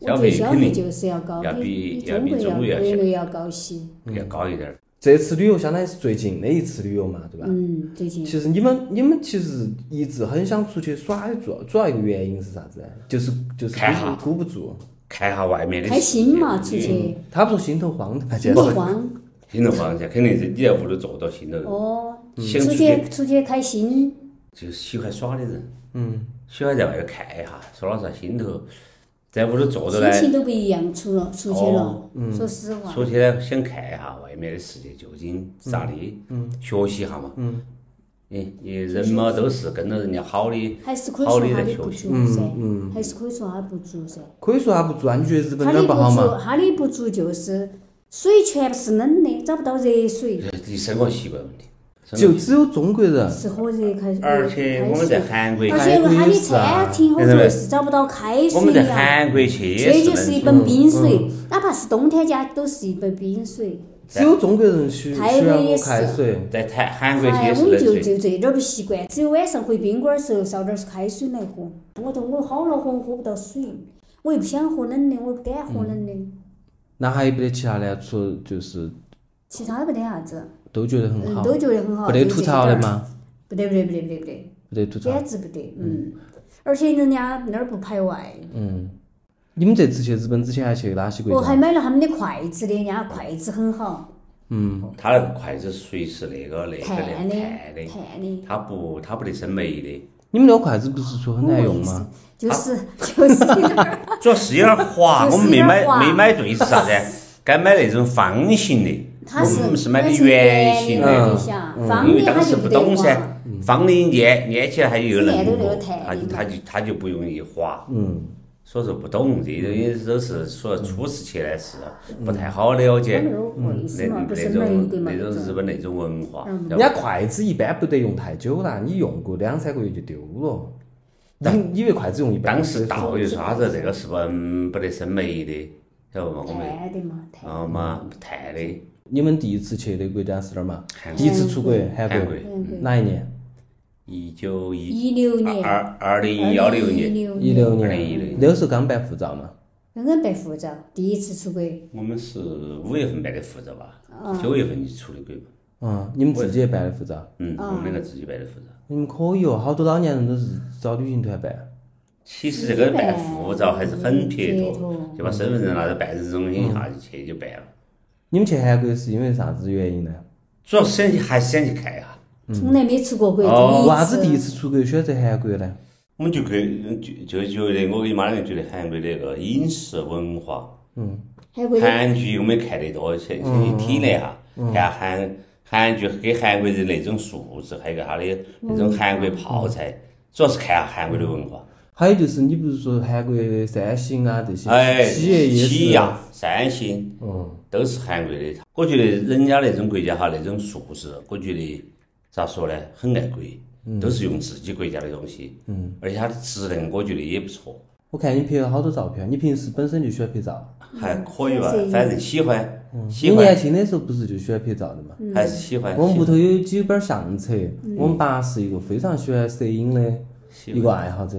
[SPEAKER 1] 消
[SPEAKER 2] 我
[SPEAKER 1] 费
[SPEAKER 2] 觉得消
[SPEAKER 1] 肯
[SPEAKER 2] 费
[SPEAKER 1] 定
[SPEAKER 2] 就是要高，
[SPEAKER 1] 要比
[SPEAKER 2] 比
[SPEAKER 1] 要
[SPEAKER 2] 中
[SPEAKER 1] 比
[SPEAKER 2] 国
[SPEAKER 1] 中国要
[SPEAKER 2] 要
[SPEAKER 1] 小
[SPEAKER 2] 国内要高些。
[SPEAKER 1] 要高一点儿。
[SPEAKER 3] 这次旅游相当于是最近的一次旅游嘛，对吧？
[SPEAKER 2] 嗯，最近
[SPEAKER 3] 其实你们你们其实一直很想出去耍的主要主要一个原因是啥子？就是就是
[SPEAKER 1] 看哈
[SPEAKER 3] 箍不住，
[SPEAKER 1] 看一下外面的
[SPEAKER 2] 开心嘛，出
[SPEAKER 1] 世界嗯
[SPEAKER 2] 去
[SPEAKER 3] 他不说心头慌的嘛，
[SPEAKER 2] 心
[SPEAKER 3] 简
[SPEAKER 2] 不
[SPEAKER 3] 直。
[SPEAKER 2] 慌。
[SPEAKER 1] 心头放下，肯定是你在屋头坐到心头，
[SPEAKER 2] 哦，
[SPEAKER 1] 想
[SPEAKER 2] 出
[SPEAKER 1] 出去
[SPEAKER 2] 去出去开心，
[SPEAKER 1] 就是喜欢耍的人，嗯，喜欢在外头看一下，说老实话，心头在屋头坐着呢
[SPEAKER 2] 心，情都不一样，出了出去
[SPEAKER 1] 哦
[SPEAKER 2] 了，说实话，
[SPEAKER 1] 出去呢想看一下外面的世界究竟咋的，嗯，学习一下嘛，嗯，你你人嘛都是跟着人家好的，
[SPEAKER 2] 还是可以
[SPEAKER 1] 好
[SPEAKER 2] 说
[SPEAKER 1] 的嗯
[SPEAKER 2] 他
[SPEAKER 1] 在
[SPEAKER 2] 的
[SPEAKER 1] 学
[SPEAKER 2] 不
[SPEAKER 1] 习，
[SPEAKER 2] 足噻，还是可以说他不足噻。
[SPEAKER 3] 可以说他不住啊？你觉得日本
[SPEAKER 2] 他
[SPEAKER 3] 哪
[SPEAKER 2] 的
[SPEAKER 3] 儿
[SPEAKER 2] 不
[SPEAKER 3] 不好嘛？
[SPEAKER 2] 足，他的不足就是水全部是冷的，找不到热水，
[SPEAKER 1] 你生活习惯问题。生活习
[SPEAKER 3] 就
[SPEAKER 1] 惯
[SPEAKER 3] 只有中国人
[SPEAKER 2] 是喝热开开
[SPEAKER 1] 而且我们在哎
[SPEAKER 2] 水。
[SPEAKER 1] 韩国，
[SPEAKER 2] 而
[SPEAKER 3] 看
[SPEAKER 2] 且他
[SPEAKER 3] 也
[SPEAKER 2] 的
[SPEAKER 3] 是啊
[SPEAKER 2] 餐厅很多是找不到开
[SPEAKER 1] 我们
[SPEAKER 2] 水
[SPEAKER 1] 在
[SPEAKER 2] 呀，
[SPEAKER 1] 韩国去也嗯
[SPEAKER 2] 这就是
[SPEAKER 1] 冷
[SPEAKER 2] 一盆冰水，哪怕是冬天家都是一盆冰水。
[SPEAKER 3] 只有中国人喜喜
[SPEAKER 2] 台
[SPEAKER 3] 欢
[SPEAKER 2] 湾
[SPEAKER 3] 喝
[SPEAKER 2] 也是
[SPEAKER 3] 开水，
[SPEAKER 1] 在台韩国去
[SPEAKER 2] 哎
[SPEAKER 1] 也，
[SPEAKER 2] 我
[SPEAKER 1] 是
[SPEAKER 2] 们就
[SPEAKER 1] 冷水，
[SPEAKER 2] 就这点儿不习惯，只有晚上回宾馆儿的时候烧点儿开水来喝。我都我好恼火，我喝不到水，我又不想喝冷的，我又不敢喝冷的。
[SPEAKER 3] 那还有没得其他的？除了就是
[SPEAKER 2] 其他的没得啥子，
[SPEAKER 3] 都觉得很
[SPEAKER 2] 嗯，
[SPEAKER 3] 好，
[SPEAKER 2] 都觉得很好。
[SPEAKER 3] 不得
[SPEAKER 2] 就
[SPEAKER 3] 吐
[SPEAKER 2] 这
[SPEAKER 3] 槽
[SPEAKER 2] 点
[SPEAKER 3] 的
[SPEAKER 2] 儿？
[SPEAKER 3] 吗？
[SPEAKER 2] 不得不得不得不得不得，
[SPEAKER 3] 不得吐槽。
[SPEAKER 2] 简直不得，嗯。而且人家那儿不排外，
[SPEAKER 3] 嗯，你们这次去日本之前还去哪些
[SPEAKER 2] 我
[SPEAKER 3] 国
[SPEAKER 2] 还
[SPEAKER 3] 家？
[SPEAKER 2] 买了他们的筷子的，人家筷子很好，
[SPEAKER 3] 嗯，
[SPEAKER 1] 他那个筷子属于是那个那个
[SPEAKER 2] 碳的
[SPEAKER 1] 那碳的，
[SPEAKER 2] 碳的，
[SPEAKER 1] 它不它不得生霉的，
[SPEAKER 3] 你们那个筷子不是说很难用吗？
[SPEAKER 2] 就是 就是有点儿
[SPEAKER 1] 主要是有点滑，
[SPEAKER 2] 就是
[SPEAKER 1] 我们没买
[SPEAKER 2] 有点滑
[SPEAKER 1] 没买对是啥子？ 该买那种方形的，
[SPEAKER 2] 它是
[SPEAKER 1] 我们是买的
[SPEAKER 2] 它是
[SPEAKER 1] 圆形嗯
[SPEAKER 2] 的
[SPEAKER 3] 的
[SPEAKER 2] 我跟你想，方
[SPEAKER 1] 因为
[SPEAKER 2] 的它
[SPEAKER 1] 当时
[SPEAKER 2] 就
[SPEAKER 1] 不
[SPEAKER 2] 得
[SPEAKER 1] 懂噻
[SPEAKER 2] 滑。，
[SPEAKER 1] 方的捏捏起来它就有
[SPEAKER 2] 是
[SPEAKER 1] 棱
[SPEAKER 2] 按照那
[SPEAKER 1] 角
[SPEAKER 2] 个，碳
[SPEAKER 1] 它就
[SPEAKER 2] 的
[SPEAKER 1] 它就它就不容易滑。
[SPEAKER 3] 嗯，
[SPEAKER 1] 所以说不懂这些东西都是说初时去呢是不太好了解
[SPEAKER 2] 他们那儿为
[SPEAKER 1] 嗯那
[SPEAKER 2] 什嗯么不
[SPEAKER 1] 那
[SPEAKER 2] 是美
[SPEAKER 1] 种
[SPEAKER 2] 的嘛？嗯
[SPEAKER 1] 那种
[SPEAKER 2] 这
[SPEAKER 1] 日本那种文化，
[SPEAKER 3] 人家筷子一般不得用太久啦，你用过两三个月就丢了。你以为筷子用一般？
[SPEAKER 1] 当时导游说啥子这个是不嗯不得生霉的，晓得不嘛？我们
[SPEAKER 2] 碳的嘛，碳
[SPEAKER 1] 啊嘛碳的
[SPEAKER 3] 你们第一次去的国家是哪儿嘛？
[SPEAKER 2] 嗯
[SPEAKER 1] 韩
[SPEAKER 3] 第
[SPEAKER 1] 国
[SPEAKER 3] 一次出国嗯韩
[SPEAKER 1] 韩
[SPEAKER 3] 国
[SPEAKER 1] 国，
[SPEAKER 3] 哪一年？
[SPEAKER 1] 一九一
[SPEAKER 2] 一六年，
[SPEAKER 1] 嗯二二零幺六年，
[SPEAKER 2] 2016
[SPEAKER 3] 一六年
[SPEAKER 1] 2016，
[SPEAKER 3] 那个时候刚办护照嘛。
[SPEAKER 2] 刚刚办护照，第一次出国，
[SPEAKER 1] 我们是五月份办的护照吧，
[SPEAKER 2] 嗯
[SPEAKER 1] 九月份就出的国嘛。
[SPEAKER 3] 嗯，你们自己也办的护照？
[SPEAKER 1] 嗯，我们两个自己办的护照。
[SPEAKER 3] 你们可以哦，好多老年人都是找旅行团办。
[SPEAKER 1] 其实这个办护照还是很撇
[SPEAKER 2] 撇
[SPEAKER 1] 脱
[SPEAKER 2] 脱，
[SPEAKER 1] 就把身份证拿到办事中心一下就去就办了。
[SPEAKER 3] 你们去韩国是因为啥子原因呢？
[SPEAKER 1] 主要是想去还是想去啊看一下，
[SPEAKER 2] 从来没出过国，
[SPEAKER 1] 哦
[SPEAKER 2] 第
[SPEAKER 3] 为
[SPEAKER 2] 一
[SPEAKER 3] 啥子第一
[SPEAKER 2] 次。
[SPEAKER 3] 次出国选择韩国呢？
[SPEAKER 1] 我们就跟就就觉得我跟妈两个觉得韩国的那个饮食文化。
[SPEAKER 2] 韩国的
[SPEAKER 1] 韩剧我们看得多，去去
[SPEAKER 3] 嗯
[SPEAKER 1] 体验一下，看下韩韩剧给韩国人那种素质，还有他的那种韩国泡
[SPEAKER 3] 嗯
[SPEAKER 1] 菜，主要是看下韩国的文化。
[SPEAKER 3] 还有就是，你不是说韩国的三星啊这些
[SPEAKER 1] 哎，
[SPEAKER 3] 企业也
[SPEAKER 1] 起
[SPEAKER 3] 是，啊
[SPEAKER 1] 亚、三星
[SPEAKER 3] 嗯，
[SPEAKER 1] 都是韩国的。我觉得人家那种国家哈，那种素质，我觉得咋说呢，很爱国，
[SPEAKER 3] 嗯
[SPEAKER 1] 都是用自己国家的东西。嗯，而且它的质量，我觉得也不错，
[SPEAKER 3] 我看你拍了好多照片，你平时本身就喜欢拍照，
[SPEAKER 1] 还可以吧
[SPEAKER 3] 嗯
[SPEAKER 2] 是，
[SPEAKER 1] 反正喜欢，喜
[SPEAKER 3] 你
[SPEAKER 1] 欢
[SPEAKER 3] 年轻的时候不是就喜欢拍照的嘛？
[SPEAKER 1] 还是喜欢。
[SPEAKER 3] 嗯我们屋头有几本相册，
[SPEAKER 1] 嗯
[SPEAKER 3] 我们爸是一个非常喜欢摄影的
[SPEAKER 1] 喜欢
[SPEAKER 3] 一个爱好者，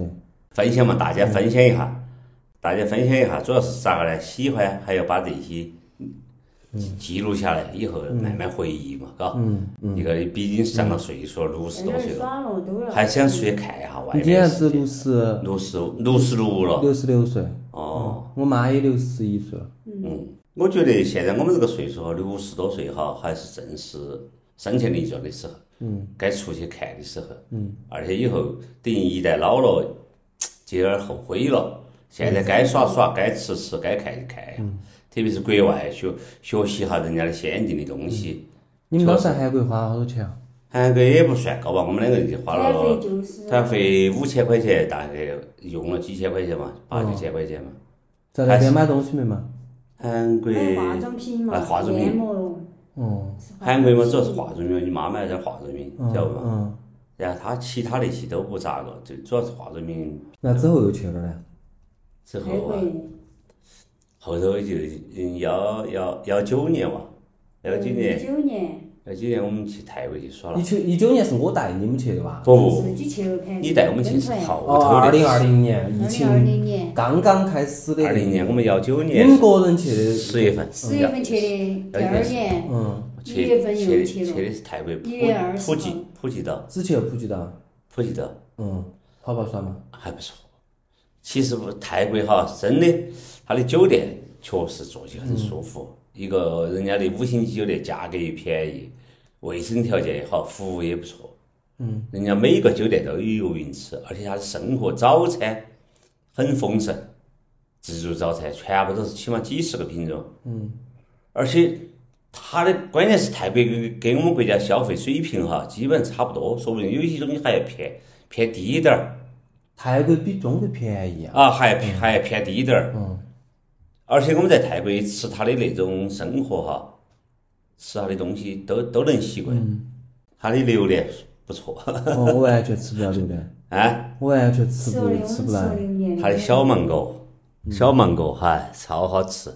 [SPEAKER 1] 分享嘛，大家分享一下，大家分享一下，主要是啥个呢？喜欢还要把这些记录下来以后慢慢回忆嘛，嘎。
[SPEAKER 4] 嗯嗯嗯
[SPEAKER 1] 一个毕竟上了岁数，六十多岁了，
[SPEAKER 2] 耍了都要。
[SPEAKER 1] 还想出去看一下外
[SPEAKER 4] 你
[SPEAKER 1] 面
[SPEAKER 4] 今年
[SPEAKER 1] 的
[SPEAKER 4] 子
[SPEAKER 1] 世界
[SPEAKER 4] 六十
[SPEAKER 1] 六十六十六了，
[SPEAKER 4] 六十六岁，
[SPEAKER 1] 哦，
[SPEAKER 4] 我妈也六十一岁了。
[SPEAKER 1] 嗯，我觉得现在我们这个岁数哈，六十多岁哈，还是正是三权力壮的时候，嗯，该出去看的时候，嗯，而且以后等于一旦老了，就有点后悔了。现在该耍耍，该吃吃，该看一看呀，特别是国外学学习哈人家的先进的东西，
[SPEAKER 4] 你们当时在韩国花了好多
[SPEAKER 3] 哦
[SPEAKER 4] 钱啊？
[SPEAKER 1] 韩国也不算高吧，我们两个人就花
[SPEAKER 2] 开
[SPEAKER 1] 了
[SPEAKER 2] 费。就是。
[SPEAKER 1] 他费五千块钱，大概用了几千块钱嘛，八九千块钱嘛。
[SPEAKER 4] 在那边买东西没嘛？
[SPEAKER 1] 韩国
[SPEAKER 2] 买化妆品嘛，
[SPEAKER 1] 买化妆品
[SPEAKER 2] 面膜。
[SPEAKER 4] 哦，
[SPEAKER 1] 韩国嘛，主要是化妆品，你妈买点化妆品，
[SPEAKER 4] 嗯
[SPEAKER 1] 晓得吧？
[SPEAKER 4] 嗯，
[SPEAKER 1] 然后他其他那些都不咋个，就主要是化妆品
[SPEAKER 4] 那之后又去了呢？
[SPEAKER 1] 之
[SPEAKER 2] 开
[SPEAKER 1] 后啊，
[SPEAKER 2] 会
[SPEAKER 1] 后头就嗯幺幺幺九年吧，幺九年
[SPEAKER 2] 九年，
[SPEAKER 1] 幺九年我们去泰国去耍了
[SPEAKER 4] 一。九一九年是我带你们去的
[SPEAKER 2] 嗯
[SPEAKER 4] 吧？
[SPEAKER 1] 不不，
[SPEAKER 2] 自己去了开。
[SPEAKER 1] 你带我们去是
[SPEAKER 2] 好。
[SPEAKER 1] 后
[SPEAKER 4] 哦，
[SPEAKER 1] 头
[SPEAKER 4] 二
[SPEAKER 1] 的
[SPEAKER 4] 零
[SPEAKER 1] 事。
[SPEAKER 4] 二零年疫
[SPEAKER 2] 二零二
[SPEAKER 4] 情
[SPEAKER 2] 零年
[SPEAKER 4] 刚刚开始的。
[SPEAKER 1] 二零年我们幺九
[SPEAKER 4] 你
[SPEAKER 1] 年
[SPEAKER 4] 们个人去的？
[SPEAKER 1] 十月份，
[SPEAKER 2] 十嗯月份去的，第二年
[SPEAKER 4] 嗯，
[SPEAKER 2] 一月份
[SPEAKER 1] 去
[SPEAKER 2] 又
[SPEAKER 1] 的
[SPEAKER 2] 去
[SPEAKER 1] 去
[SPEAKER 2] 了。
[SPEAKER 1] 的是泰国普
[SPEAKER 2] 一月二十
[SPEAKER 1] 普
[SPEAKER 2] 号
[SPEAKER 1] 吉普吉岛
[SPEAKER 4] 只去了普吉岛。
[SPEAKER 1] 普吉岛。
[SPEAKER 4] 嗯，好不好耍嘛？
[SPEAKER 1] 还不错。其实泰国哈，真的，它的酒店确实住起很舒服。一个人家的五星级酒店，价格也便宜，卫生条件也好，服务也不错。嗯，人家每一个酒店都有游泳池，而且它的生活早餐很丰盛，自助早餐全部都是起码几十个品种。嗯，而且它的关键是泰国跟跟我们国家消费水平哈，基本差不多，说不定有一些东西还要偏偏低一点儿。
[SPEAKER 4] 泰国比中国便宜啊。
[SPEAKER 1] 啊，还偏还偏低点儿。
[SPEAKER 4] 嗯。
[SPEAKER 1] 而且我们在泰国吃他的那种生活哈，吃他的东西都都能习惯。他的榴莲不错，
[SPEAKER 4] 哦，我完全吃不了榴莲，
[SPEAKER 1] 啊，
[SPEAKER 4] 我完全吃
[SPEAKER 2] 吃
[SPEAKER 4] 不
[SPEAKER 2] 了我们
[SPEAKER 4] 吃
[SPEAKER 2] 吃
[SPEAKER 4] 不
[SPEAKER 2] 了
[SPEAKER 4] 来。
[SPEAKER 2] 六年。
[SPEAKER 1] 他的小芒果，小芒果哈超好吃，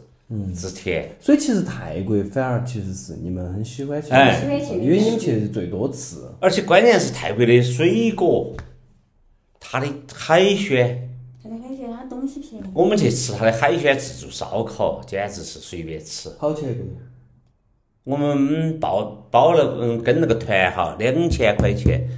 [SPEAKER 1] 之甜。
[SPEAKER 4] 所以其实泰国反而其实是你们很喜欢去的，
[SPEAKER 1] 哎
[SPEAKER 4] 因为你们去是最多次。
[SPEAKER 1] 而且关键是泰国的水果，它的海鲜，
[SPEAKER 2] 他感觉他东西便宜。
[SPEAKER 1] 我们去吃它的海鲜自助烧烤，简直是随便吃。
[SPEAKER 4] 好去过，
[SPEAKER 1] 我们报报了，嗯，跟那个团哈，两千块钱，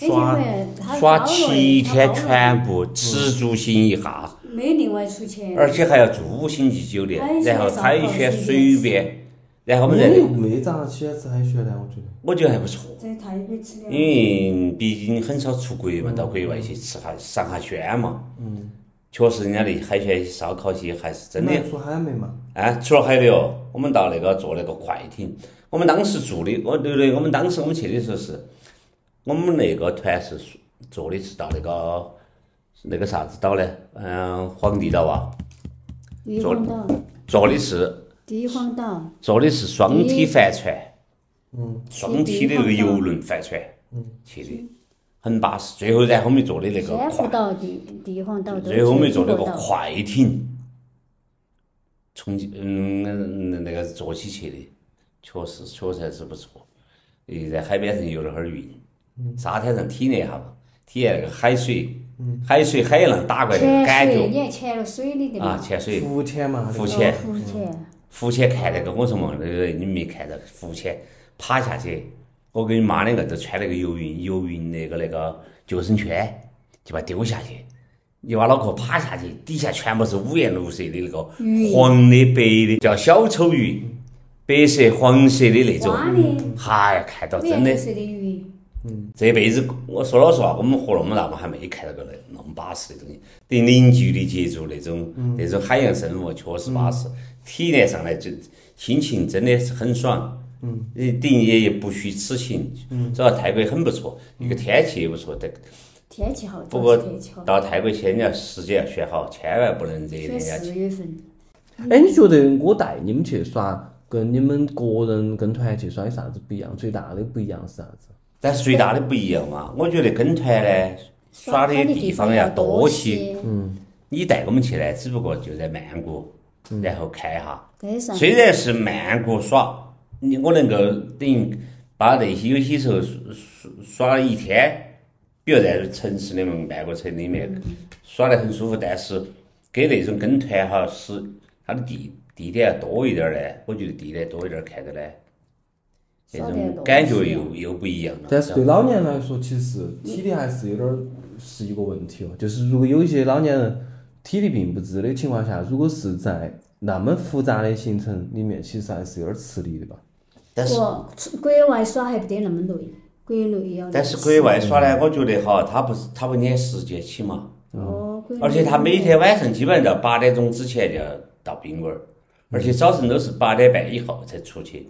[SPEAKER 2] 那天
[SPEAKER 1] 耍
[SPEAKER 2] 晚他
[SPEAKER 1] 耍
[SPEAKER 2] 包了
[SPEAKER 1] 七天，
[SPEAKER 2] 他包了
[SPEAKER 1] 全部吃住行一下，
[SPEAKER 2] 没另外出钱。
[SPEAKER 1] 而且还要住五星级酒店，然后海鲜随便，然后我们在
[SPEAKER 3] 哎
[SPEAKER 4] 们又没咋喜欢吃海鲜呢，我觉得。
[SPEAKER 1] 我觉得还不错，
[SPEAKER 2] 在泰国吃的
[SPEAKER 1] 因。为毕竟很少出国嘛，到国外去吃下赏下鲜嘛。嗯。确实，人家的海鲜烧烤些还是真的
[SPEAKER 4] 你们出海没嘛？
[SPEAKER 1] 啊，出了海的哦，我们到那个坐那个快艇，我们当时住的，我对对，我们当时我们去的时候是，我们那个团是属坐的是到那个那个啥子岛呢？嗯，皇帝岛啊，
[SPEAKER 2] 玉皇岛，
[SPEAKER 1] 坐的是
[SPEAKER 2] 帝皇岛，
[SPEAKER 1] 坐的是双
[SPEAKER 2] 咦
[SPEAKER 1] 体帆船，
[SPEAKER 4] 嗯，
[SPEAKER 1] 双体的那个游轮帆船，嗯，去的很巴适。最后然后我们坐的那个
[SPEAKER 2] 天
[SPEAKER 1] 快
[SPEAKER 2] 福岛、帝帝皇岛都
[SPEAKER 1] 最后我们坐那
[SPEAKER 2] 那
[SPEAKER 1] 个快艇，冲进嗯那个坐起去的，确实确实还是不错。诶，在海边上游了会儿晕，沙滩上体验一下嘛，体验那个海水，海水海浪打过来那个感
[SPEAKER 2] 潜水，
[SPEAKER 1] 觉
[SPEAKER 2] 你还潜了水里
[SPEAKER 1] 啊，
[SPEAKER 2] 的
[SPEAKER 1] 嗯
[SPEAKER 2] 嘛？
[SPEAKER 1] 潜水
[SPEAKER 4] 浮潜嘛，
[SPEAKER 1] 浮
[SPEAKER 2] 哦
[SPEAKER 1] 潜
[SPEAKER 2] 浮潜，
[SPEAKER 1] 浮潜看那个，我说嘛，那个你没看到浮潜趴下去，我跟你妈两个都穿那个游泳游泳那个那个救生圈，就把它丢下去。你把脑壳趴下去，底下全部是五颜六色的那个
[SPEAKER 2] 鱼
[SPEAKER 1] 黄的、白的，叫小丑鱼，白色、黄色的那种。
[SPEAKER 2] 蛙的，
[SPEAKER 1] 嗨，看到
[SPEAKER 2] 五
[SPEAKER 1] 真
[SPEAKER 2] 颜
[SPEAKER 1] 的
[SPEAKER 2] 六，色的鱼，
[SPEAKER 1] 这辈子我说老实话，我们活那么大嘛，还没看到过那那么巴适的东西。跟零距离接触那种那种海洋生物，确实巴适。体验上来就心情真的是很爽。嗯，等于也也不虚此行。嗯，主要泰国很不错，一个天气也不错。但
[SPEAKER 2] 天气好，
[SPEAKER 1] 不过
[SPEAKER 2] 倒是天气好，
[SPEAKER 1] 到泰国去，你要时间要选好，千万不能热
[SPEAKER 2] 选
[SPEAKER 1] 人家去。
[SPEAKER 2] 四月份，
[SPEAKER 4] 哎，你觉得我带你们去耍，跟你们个人跟团去耍有啥子不一样？最大的不一样是啥子？
[SPEAKER 1] 但是最大的不一样嘛，我觉得跟团呢，耍的
[SPEAKER 2] 耍
[SPEAKER 1] 地方要多
[SPEAKER 2] 多
[SPEAKER 1] 些。，你带我们去呢，只不过就在曼谷，然后看一下。
[SPEAKER 2] 街上
[SPEAKER 1] 虽然是曼谷耍，你我能够等于把那些有些时候耍耍耍了一天，比如在城市里面曼谷城里面耍得很舒服，但是跟那种跟团哈是它的地地点多一点儿呢，我觉得地点多一点儿看着呢，那
[SPEAKER 2] 少点
[SPEAKER 1] 种
[SPEAKER 2] 东
[SPEAKER 1] 感觉
[SPEAKER 2] 西
[SPEAKER 1] 又又不一样了。
[SPEAKER 3] 但是对老年人来说，其实体力还是有点儿是一个问题哦。就是如果有一些老年人体力并不支的情况下，如果是在那么复杂的行程里面，其实还是有点儿吃力的吧。
[SPEAKER 1] 但是
[SPEAKER 2] 国国外耍还不得那么累，国内要累
[SPEAKER 1] 但是国外耍呢，我觉得哈，他不是他不撵时间起嘛，
[SPEAKER 2] 哦，国内
[SPEAKER 1] 而且他每天晚上基本上八点钟之前就要到宾馆儿，而且早晨都是八点半以后才出去。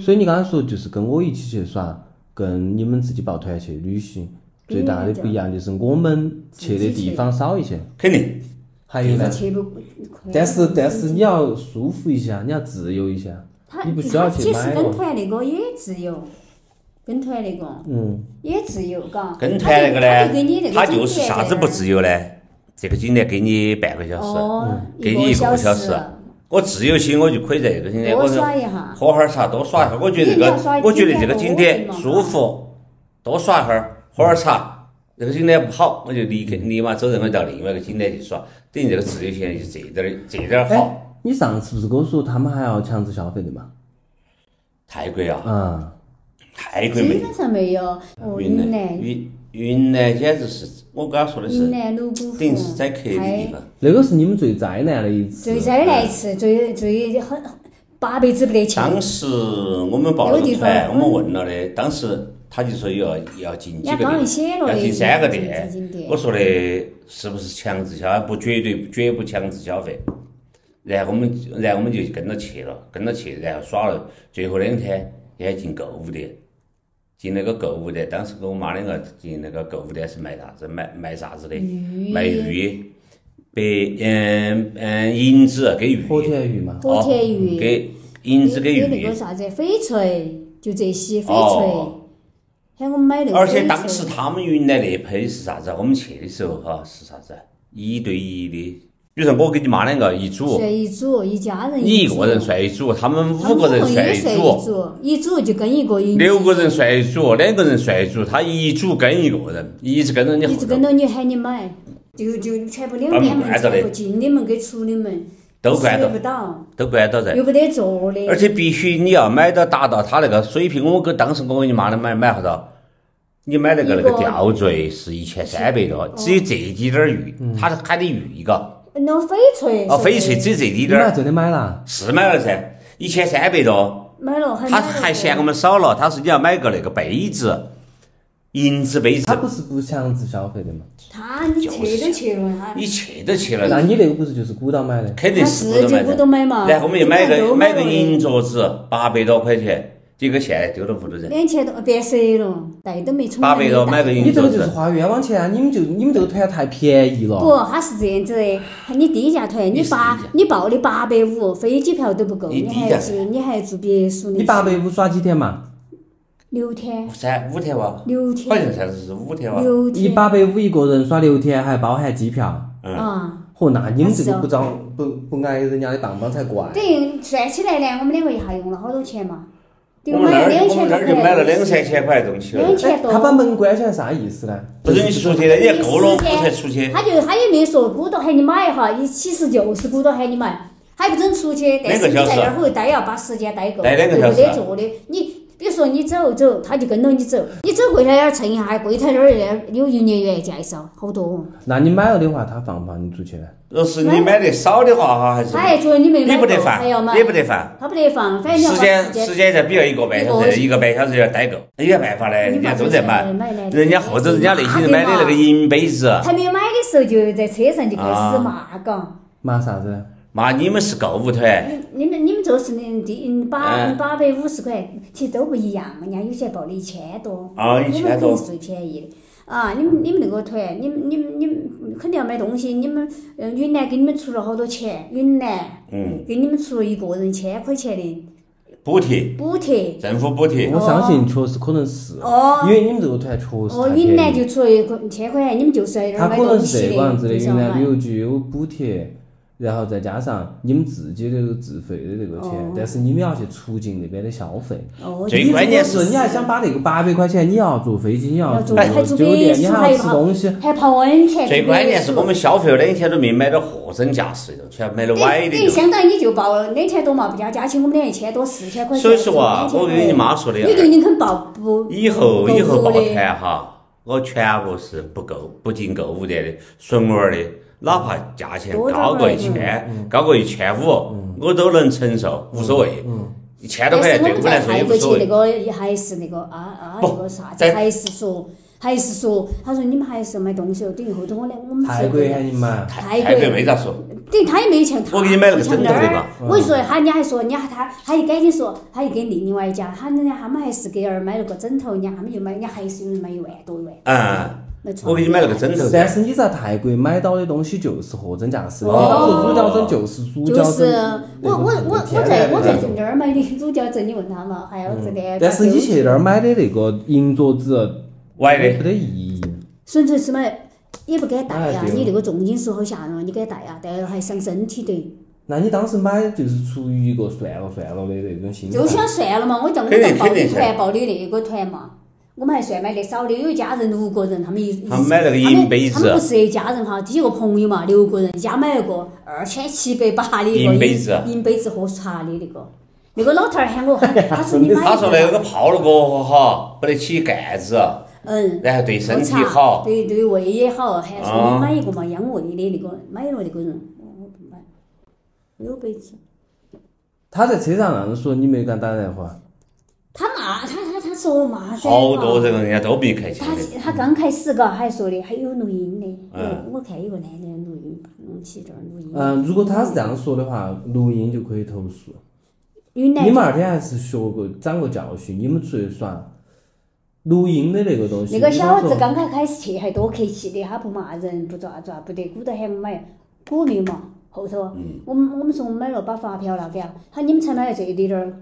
[SPEAKER 3] 所以你刚才说，就是跟我一起去耍，跟你们自己抱团去旅行，最大的不一样就是我们去的地方少一些。
[SPEAKER 1] 肯定，
[SPEAKER 3] 还有呢，
[SPEAKER 2] 去不快
[SPEAKER 3] 但是但是你要舒服一下，你要自由一下，
[SPEAKER 2] 他
[SPEAKER 3] 你不需要
[SPEAKER 2] 他
[SPEAKER 3] 去
[SPEAKER 2] 其实
[SPEAKER 3] 买
[SPEAKER 2] 跟
[SPEAKER 3] 哦。
[SPEAKER 2] 团那个也自由，跟团那个
[SPEAKER 3] 嗯，
[SPEAKER 2] 也自由，嘎。
[SPEAKER 1] 跟团那个
[SPEAKER 2] 哦他就给你
[SPEAKER 1] 呢，
[SPEAKER 2] 那个
[SPEAKER 1] 他
[SPEAKER 2] 景
[SPEAKER 1] 就是
[SPEAKER 2] 点
[SPEAKER 1] 啥子
[SPEAKER 2] 在
[SPEAKER 1] 不
[SPEAKER 2] 那儿
[SPEAKER 1] 自由呢？这个景点给你半个小时，嗯
[SPEAKER 2] 哦，
[SPEAKER 1] 给你一个
[SPEAKER 2] 小
[SPEAKER 1] 小时我自由心我就可以在这个景点，我
[SPEAKER 2] 多
[SPEAKER 1] 是
[SPEAKER 2] 耍一下。
[SPEAKER 1] 喝会儿茶，多耍一会儿。我觉得这
[SPEAKER 2] 你要
[SPEAKER 1] 个，
[SPEAKER 2] 耍一
[SPEAKER 1] 我觉得这个景
[SPEAKER 2] 景点
[SPEAKER 1] 点
[SPEAKER 2] 多嘛
[SPEAKER 1] 舒服，多耍会儿，喝会儿茶。这个景点不好，我就立刻立马走人，我到另外一个景点去耍。等于这个自由行就这点儿这点儿好。
[SPEAKER 3] 哎，你上次不是跟我说他们还要强制消费的嘛？
[SPEAKER 1] 泰国啊，
[SPEAKER 3] 啊，
[SPEAKER 1] 泰国
[SPEAKER 2] 基
[SPEAKER 1] 没
[SPEAKER 2] 本上没有。哦，
[SPEAKER 1] 云
[SPEAKER 2] 云
[SPEAKER 1] 南，
[SPEAKER 2] 南，
[SPEAKER 1] 云云南简直是我刚刚说的是
[SPEAKER 2] 云，南泸沽湖，
[SPEAKER 1] 等于是宰客的地
[SPEAKER 2] 哎
[SPEAKER 1] 方。
[SPEAKER 3] 那个是你们最灾难的一次。
[SPEAKER 2] 最再来一次，最最很八辈子不得去。
[SPEAKER 1] 当时我们报了
[SPEAKER 2] 有
[SPEAKER 1] 个
[SPEAKER 2] 地方
[SPEAKER 1] 团，我们
[SPEAKER 2] 嗯
[SPEAKER 1] 问了的，当时他就说要要进
[SPEAKER 2] 人
[SPEAKER 1] 几
[SPEAKER 2] 家
[SPEAKER 1] 个
[SPEAKER 2] 刚
[SPEAKER 1] 店
[SPEAKER 2] 才，写了
[SPEAKER 1] 要
[SPEAKER 2] 的
[SPEAKER 1] 进三个
[SPEAKER 2] 景
[SPEAKER 1] 店
[SPEAKER 2] 景景。点
[SPEAKER 1] 我说的是不是强制消费？不，绝对绝不强制消费。然后我们就，然后我们就跟着去了，跟着去，然后耍了。最后两天也进购物店，进那个购物店。当时跟我妈两个进那个购物店是卖啥子？卖卖啥子的？卖鱼，白嗯嗯银子给鱼，
[SPEAKER 3] 火田鱼嘛，
[SPEAKER 2] 火田鱼
[SPEAKER 1] 哦给银子给
[SPEAKER 2] 有那
[SPEAKER 1] 鱼
[SPEAKER 2] 个。啥子翡翠，就这些翡翠
[SPEAKER 1] 哦，
[SPEAKER 2] 喊我们买那个翡翠。
[SPEAKER 1] 而且当时他们云南那批是啥子啊？我们去的时候哈、是啥子啊？一对一的，比如说我跟你妈两个一组，
[SPEAKER 2] 算一组，一家人
[SPEAKER 1] 你一
[SPEAKER 2] 组
[SPEAKER 1] 个人，算一组，他们
[SPEAKER 2] 他们
[SPEAKER 1] 五个人
[SPEAKER 2] 五
[SPEAKER 1] 算
[SPEAKER 2] 也
[SPEAKER 1] 一
[SPEAKER 2] 算一
[SPEAKER 1] 组，
[SPEAKER 2] 组，一组就跟一个一
[SPEAKER 1] 六个人算一组，两个人算一组，他一组跟一个人，一直跟着你后
[SPEAKER 2] 一直
[SPEAKER 1] 头
[SPEAKER 2] 跟，着你喊你买，就就全部两边门
[SPEAKER 1] 把门关着的
[SPEAKER 2] 全部进的门给出的门，
[SPEAKER 1] 都关
[SPEAKER 2] 学
[SPEAKER 1] 到
[SPEAKER 2] 不到，
[SPEAKER 1] 都关到在
[SPEAKER 2] 又，不得坐的，
[SPEAKER 1] 而且必须你要买到达到他那个水平。我跟当时我跟你妈的买买好到，你买那个那
[SPEAKER 2] 一
[SPEAKER 1] 个
[SPEAKER 2] 个
[SPEAKER 1] 吊坠是一千三百多，只有这几点儿鱼，他是喊的鱼嘎，
[SPEAKER 2] 那翡翠
[SPEAKER 1] 哦，
[SPEAKER 2] 是
[SPEAKER 1] 翡翠只有这几
[SPEAKER 3] 你
[SPEAKER 1] 点
[SPEAKER 3] 们
[SPEAKER 1] 儿
[SPEAKER 3] 还。真的买了？
[SPEAKER 1] 是买了噻，一千三百多，
[SPEAKER 2] 买了还
[SPEAKER 1] 他
[SPEAKER 2] 买了
[SPEAKER 1] 还嫌我们少了，他说你要买个那个杯子，银子杯
[SPEAKER 3] 他
[SPEAKER 1] 子，
[SPEAKER 3] 不是不强制消费的嘛？
[SPEAKER 2] 他你去都去了哈，
[SPEAKER 1] 你去都去
[SPEAKER 3] 那
[SPEAKER 1] 了，
[SPEAKER 3] 你那个不是就是鼓捣买的？
[SPEAKER 1] 肯
[SPEAKER 2] 他
[SPEAKER 1] 定是不
[SPEAKER 2] 自
[SPEAKER 1] 能
[SPEAKER 2] 己
[SPEAKER 1] 买
[SPEAKER 2] 不
[SPEAKER 1] 的
[SPEAKER 2] 都。买嘛，
[SPEAKER 1] 然后我们又买
[SPEAKER 2] 基本上
[SPEAKER 1] 个
[SPEAKER 2] 都
[SPEAKER 1] 买
[SPEAKER 2] 买
[SPEAKER 1] 个银镯子，八百多块钱，结果现在丢到屋头人，
[SPEAKER 2] 两千多变色了，带都没充
[SPEAKER 1] 八百多买个
[SPEAKER 2] 个。
[SPEAKER 1] 银
[SPEAKER 3] 你这
[SPEAKER 1] 镯
[SPEAKER 3] 个就是
[SPEAKER 1] 子，
[SPEAKER 3] 花冤枉钱啊！你们就你们这个团太便宜
[SPEAKER 2] 不
[SPEAKER 1] 哦
[SPEAKER 3] 了。，
[SPEAKER 2] 他是这样子的，你低价团，你
[SPEAKER 1] 是
[SPEAKER 2] 八
[SPEAKER 1] 低价
[SPEAKER 2] 你报的八百五，飞机票都不够，
[SPEAKER 1] 你
[SPEAKER 2] 你
[SPEAKER 1] 低
[SPEAKER 2] 还
[SPEAKER 1] 价
[SPEAKER 2] 要住你还要住别墅的。
[SPEAKER 3] 你八百五耍几天嘛？
[SPEAKER 2] 六天，
[SPEAKER 1] 三五天吧，
[SPEAKER 2] 六
[SPEAKER 1] 好像
[SPEAKER 2] 天，
[SPEAKER 1] 才是五啊天吧，
[SPEAKER 2] 六
[SPEAKER 3] 你
[SPEAKER 2] 天
[SPEAKER 3] 八百五一个人耍六天，还包含机票。
[SPEAKER 1] 嗯
[SPEAKER 2] 啊！
[SPEAKER 3] 嚯，那你们这
[SPEAKER 2] 那是
[SPEAKER 3] 个
[SPEAKER 2] 啊
[SPEAKER 3] 不长不不挨人家的棒棒才怪。
[SPEAKER 2] 等于算起来呢，我们两个一下用了好多钱嘛？
[SPEAKER 1] 我们那
[SPEAKER 2] 买
[SPEAKER 1] 儿
[SPEAKER 2] 了两
[SPEAKER 1] 我们
[SPEAKER 2] 千
[SPEAKER 1] 那
[SPEAKER 2] 多
[SPEAKER 1] 儿就买了两
[SPEAKER 2] 块
[SPEAKER 1] 三千块东西了
[SPEAKER 2] 两，
[SPEAKER 3] 哎
[SPEAKER 2] 千，多。
[SPEAKER 3] 他把门关起来啥意思呢？
[SPEAKER 1] 不是你哎出去了，你也够了我
[SPEAKER 2] 时间
[SPEAKER 1] 才出去，
[SPEAKER 2] 他就他也没说鼓捣喊你买哈，一其实就是鼓捣喊你买，还不准出去，但是你
[SPEAKER 1] 两个小
[SPEAKER 2] 在
[SPEAKER 1] 时
[SPEAKER 2] 那儿会待要把时间待够，
[SPEAKER 1] 待两个
[SPEAKER 2] 对
[SPEAKER 1] 小
[SPEAKER 2] 不
[SPEAKER 1] 时
[SPEAKER 2] 得坐的。你比如说你走走，他就跟着你走，你走柜台那儿蹭一下，柜台那儿那有营业员介绍，好多哦。
[SPEAKER 3] 那你买了的话，他放不放你出去呢？
[SPEAKER 1] 若是
[SPEAKER 2] 哎
[SPEAKER 1] 你买的少的话哈，还是
[SPEAKER 2] 他还觉得你没
[SPEAKER 1] 你
[SPEAKER 2] 买
[SPEAKER 1] 不
[SPEAKER 2] 够
[SPEAKER 1] 得，
[SPEAKER 2] 还要
[SPEAKER 1] 犯，
[SPEAKER 2] 买
[SPEAKER 1] 你，不得犯。
[SPEAKER 2] 他不得放，反正你要
[SPEAKER 1] 时
[SPEAKER 2] 把
[SPEAKER 1] 间
[SPEAKER 2] 间
[SPEAKER 1] 时间在比如一个半小时，一个半小时要待够，有点办法呢，人家都在买，人家或者人家那
[SPEAKER 2] 啊
[SPEAKER 1] 些人买的那个银杯子，
[SPEAKER 2] 还没买的时候就在车上就开
[SPEAKER 1] 啊
[SPEAKER 2] 始骂，嘎、
[SPEAKER 3] 买啥子呢？
[SPEAKER 2] 哦
[SPEAKER 1] 妈，你们是购物团，
[SPEAKER 2] 呃你们你们做事的第八
[SPEAKER 1] 哎
[SPEAKER 2] 八百五十块，其实都不一样，人家有些报的一千多，
[SPEAKER 3] 哦
[SPEAKER 1] 啊一
[SPEAKER 2] 我
[SPEAKER 1] 千
[SPEAKER 2] 们肯
[SPEAKER 1] 多
[SPEAKER 2] 定是最便宜的。啊，你们你们那个团，你们你们你们肯定要买东西，你们呃云南给你们出了好多钱，云南
[SPEAKER 1] 嗯，
[SPEAKER 2] 给你们出了一个人千块钱的
[SPEAKER 1] 补贴，
[SPEAKER 2] 补贴。
[SPEAKER 1] 政府补贴，
[SPEAKER 3] 我相信确实可能是，
[SPEAKER 2] 哦
[SPEAKER 3] 因为你们这个团确实
[SPEAKER 2] 哦，
[SPEAKER 3] 太
[SPEAKER 2] 云南
[SPEAKER 3] 便宜。
[SPEAKER 2] 就出了一个千块钱，你们就是在那
[SPEAKER 3] 他
[SPEAKER 2] 儿买
[SPEAKER 3] 可能
[SPEAKER 2] 东
[SPEAKER 3] 是
[SPEAKER 2] 西
[SPEAKER 3] 这个样子的，
[SPEAKER 2] 的，就是
[SPEAKER 3] 云
[SPEAKER 2] 要
[SPEAKER 3] 南旅
[SPEAKER 2] 买。
[SPEAKER 3] 游局有补贴，然后再加上你们自己的这个自费的这个钱，但是你们要去促进那边的消费。
[SPEAKER 2] 哦，
[SPEAKER 1] 最
[SPEAKER 2] 你
[SPEAKER 1] 关
[SPEAKER 2] 如
[SPEAKER 1] 键
[SPEAKER 2] 果
[SPEAKER 1] 是
[SPEAKER 3] 是你还想把那个八百块钱，你要坐飞机，你
[SPEAKER 2] 要
[SPEAKER 3] 住
[SPEAKER 2] 住还住
[SPEAKER 3] 酒
[SPEAKER 2] 别
[SPEAKER 3] 店，你
[SPEAKER 2] 墅，
[SPEAKER 3] 还
[SPEAKER 2] 还
[SPEAKER 3] 要
[SPEAKER 2] 有
[SPEAKER 3] 吃
[SPEAKER 2] 泡
[SPEAKER 3] 东西，
[SPEAKER 2] 还泡温泉，
[SPEAKER 1] 最
[SPEAKER 2] 住
[SPEAKER 1] 关
[SPEAKER 2] 别
[SPEAKER 1] 键是
[SPEAKER 2] 墅
[SPEAKER 1] 我们消费了两天都没买到货真价实的，全买了歪
[SPEAKER 2] 等
[SPEAKER 1] 的
[SPEAKER 2] 等
[SPEAKER 1] 那
[SPEAKER 2] 于
[SPEAKER 1] 种。
[SPEAKER 2] 相当于你就报两千多嘛，不加加起我们两一千多四千块钱。
[SPEAKER 1] 所以说啊，
[SPEAKER 2] 就
[SPEAKER 1] 我
[SPEAKER 2] 两千
[SPEAKER 1] 跟你
[SPEAKER 2] 块，
[SPEAKER 1] 妈说的，
[SPEAKER 2] 你对你肯报不？
[SPEAKER 1] 以后
[SPEAKER 2] 不
[SPEAKER 1] 以后
[SPEAKER 2] 够
[SPEAKER 1] 抱
[SPEAKER 2] 的
[SPEAKER 1] 团哈，我全部是不购不进购物店的，纯玩的，哪怕价钱
[SPEAKER 2] 多嗯
[SPEAKER 1] 高过
[SPEAKER 2] 点儿
[SPEAKER 1] 一千，高过一千五，我都能承受，无所谓。一千多块
[SPEAKER 2] 但是
[SPEAKER 1] 钱对
[SPEAKER 2] 我们
[SPEAKER 1] 我来
[SPEAKER 2] 在
[SPEAKER 1] 说也
[SPEAKER 2] 泰
[SPEAKER 1] 无
[SPEAKER 2] 国
[SPEAKER 1] 所
[SPEAKER 2] 嗯去那
[SPEAKER 1] 谓。
[SPEAKER 2] 个也还是那个啊啊
[SPEAKER 1] 不
[SPEAKER 2] 那个啥子，
[SPEAKER 1] 在
[SPEAKER 2] 还是说还是说，他说你们还是要买东西哦，等于后头我俩我们自
[SPEAKER 3] 泰
[SPEAKER 2] 己
[SPEAKER 3] 国
[SPEAKER 2] 回来
[SPEAKER 3] 喊你买。
[SPEAKER 1] 泰
[SPEAKER 2] 泰
[SPEAKER 1] 泰
[SPEAKER 2] 国
[SPEAKER 1] 国没咋说，
[SPEAKER 2] 对他也没抢他，
[SPEAKER 1] 我给你买了个
[SPEAKER 2] 抢
[SPEAKER 1] 枕头
[SPEAKER 2] 那
[SPEAKER 1] 的
[SPEAKER 2] 儿
[SPEAKER 1] 吧。
[SPEAKER 2] 我就说他，人家还说，人家他他一赶紧说，他一给另另外一家，他人家他们还是给儿买了个枕头，人家他们就买，人家还是有人买一万多一万。
[SPEAKER 1] 嗯，
[SPEAKER 2] 买床
[SPEAKER 1] 我给你买了个枕头
[SPEAKER 3] 但
[SPEAKER 1] 的，
[SPEAKER 3] 是你在泰国买到的东西就是货真价实的，
[SPEAKER 2] 哦
[SPEAKER 3] 你到时候乳胶枕就是乳
[SPEAKER 2] 就
[SPEAKER 3] 胶
[SPEAKER 2] 是
[SPEAKER 3] 枕，
[SPEAKER 2] 我我我我
[SPEAKER 3] 天
[SPEAKER 2] 在
[SPEAKER 3] 然的
[SPEAKER 2] 我在
[SPEAKER 3] 那种
[SPEAKER 2] 那儿买的乳胶枕，你问他嘛，
[SPEAKER 1] 嗯
[SPEAKER 2] 还有这个。
[SPEAKER 3] 但是你去那儿买的那个银镯子，啊
[SPEAKER 1] 歪的。
[SPEAKER 3] 没得意义。啊
[SPEAKER 2] 纯粹是买，也不敢戴呀
[SPEAKER 3] 哎，对
[SPEAKER 2] 你那个重金属好吓人哦，你敢戴呀，戴了还伤身体的，
[SPEAKER 3] 那你当时买就是出于一个算了算了的那种心态，
[SPEAKER 2] 就想算了嘛，我叫我
[SPEAKER 1] 肯
[SPEAKER 2] 们
[SPEAKER 1] 定
[SPEAKER 2] 报
[SPEAKER 1] 肯定是
[SPEAKER 2] 团报的那个团嘛。我们还算买的少的，有一家人六个人，他们一
[SPEAKER 1] 他们买了个银杯子
[SPEAKER 2] 他们不是一家人哈，几个朋友嘛，六个人，一家买了个二千七百八的一个
[SPEAKER 1] 银杯子
[SPEAKER 2] 银杯子喝茶的那个，那个老头儿喊我，他说你买一
[SPEAKER 1] 他说那
[SPEAKER 2] 个
[SPEAKER 1] 个
[SPEAKER 2] 吧，
[SPEAKER 1] 泡了过后哈，不得起盖子，啊
[SPEAKER 2] 嗯，
[SPEAKER 1] 然后对身体
[SPEAKER 2] 喝茶
[SPEAKER 1] 好。
[SPEAKER 2] 对对胃也好，还说
[SPEAKER 1] 啊
[SPEAKER 2] 你买一个嘛养胃的那个，买了那个人，我不买，六百子。
[SPEAKER 3] 他在车上那样说，你没敢打电话。
[SPEAKER 2] 他骂他他他说我骂噻，
[SPEAKER 1] 好多
[SPEAKER 2] 哈。
[SPEAKER 1] 人人家都没客气
[SPEAKER 2] 他
[SPEAKER 1] 的，
[SPEAKER 2] 他刚开始嘎还说的还有录音的，
[SPEAKER 1] 嗯
[SPEAKER 2] 我我看有个男的录音，弄起这儿录音。
[SPEAKER 3] 嗯，如果他是这样说的话，录音就可以投诉。
[SPEAKER 2] 女
[SPEAKER 3] 你
[SPEAKER 2] 男
[SPEAKER 3] 们二天还是学过长过教训，你们出去耍，录音的那个东西，
[SPEAKER 2] 那个小
[SPEAKER 3] 你
[SPEAKER 2] 伙
[SPEAKER 3] 们
[SPEAKER 2] 子
[SPEAKER 3] 说
[SPEAKER 2] 刚刚开始去还多客气的，他不骂人不咋咋，不得鼓捣喊我买，鼓励嘛。后头我们我们说我们买了把发票拿给他，他你们才买到这一滴点儿，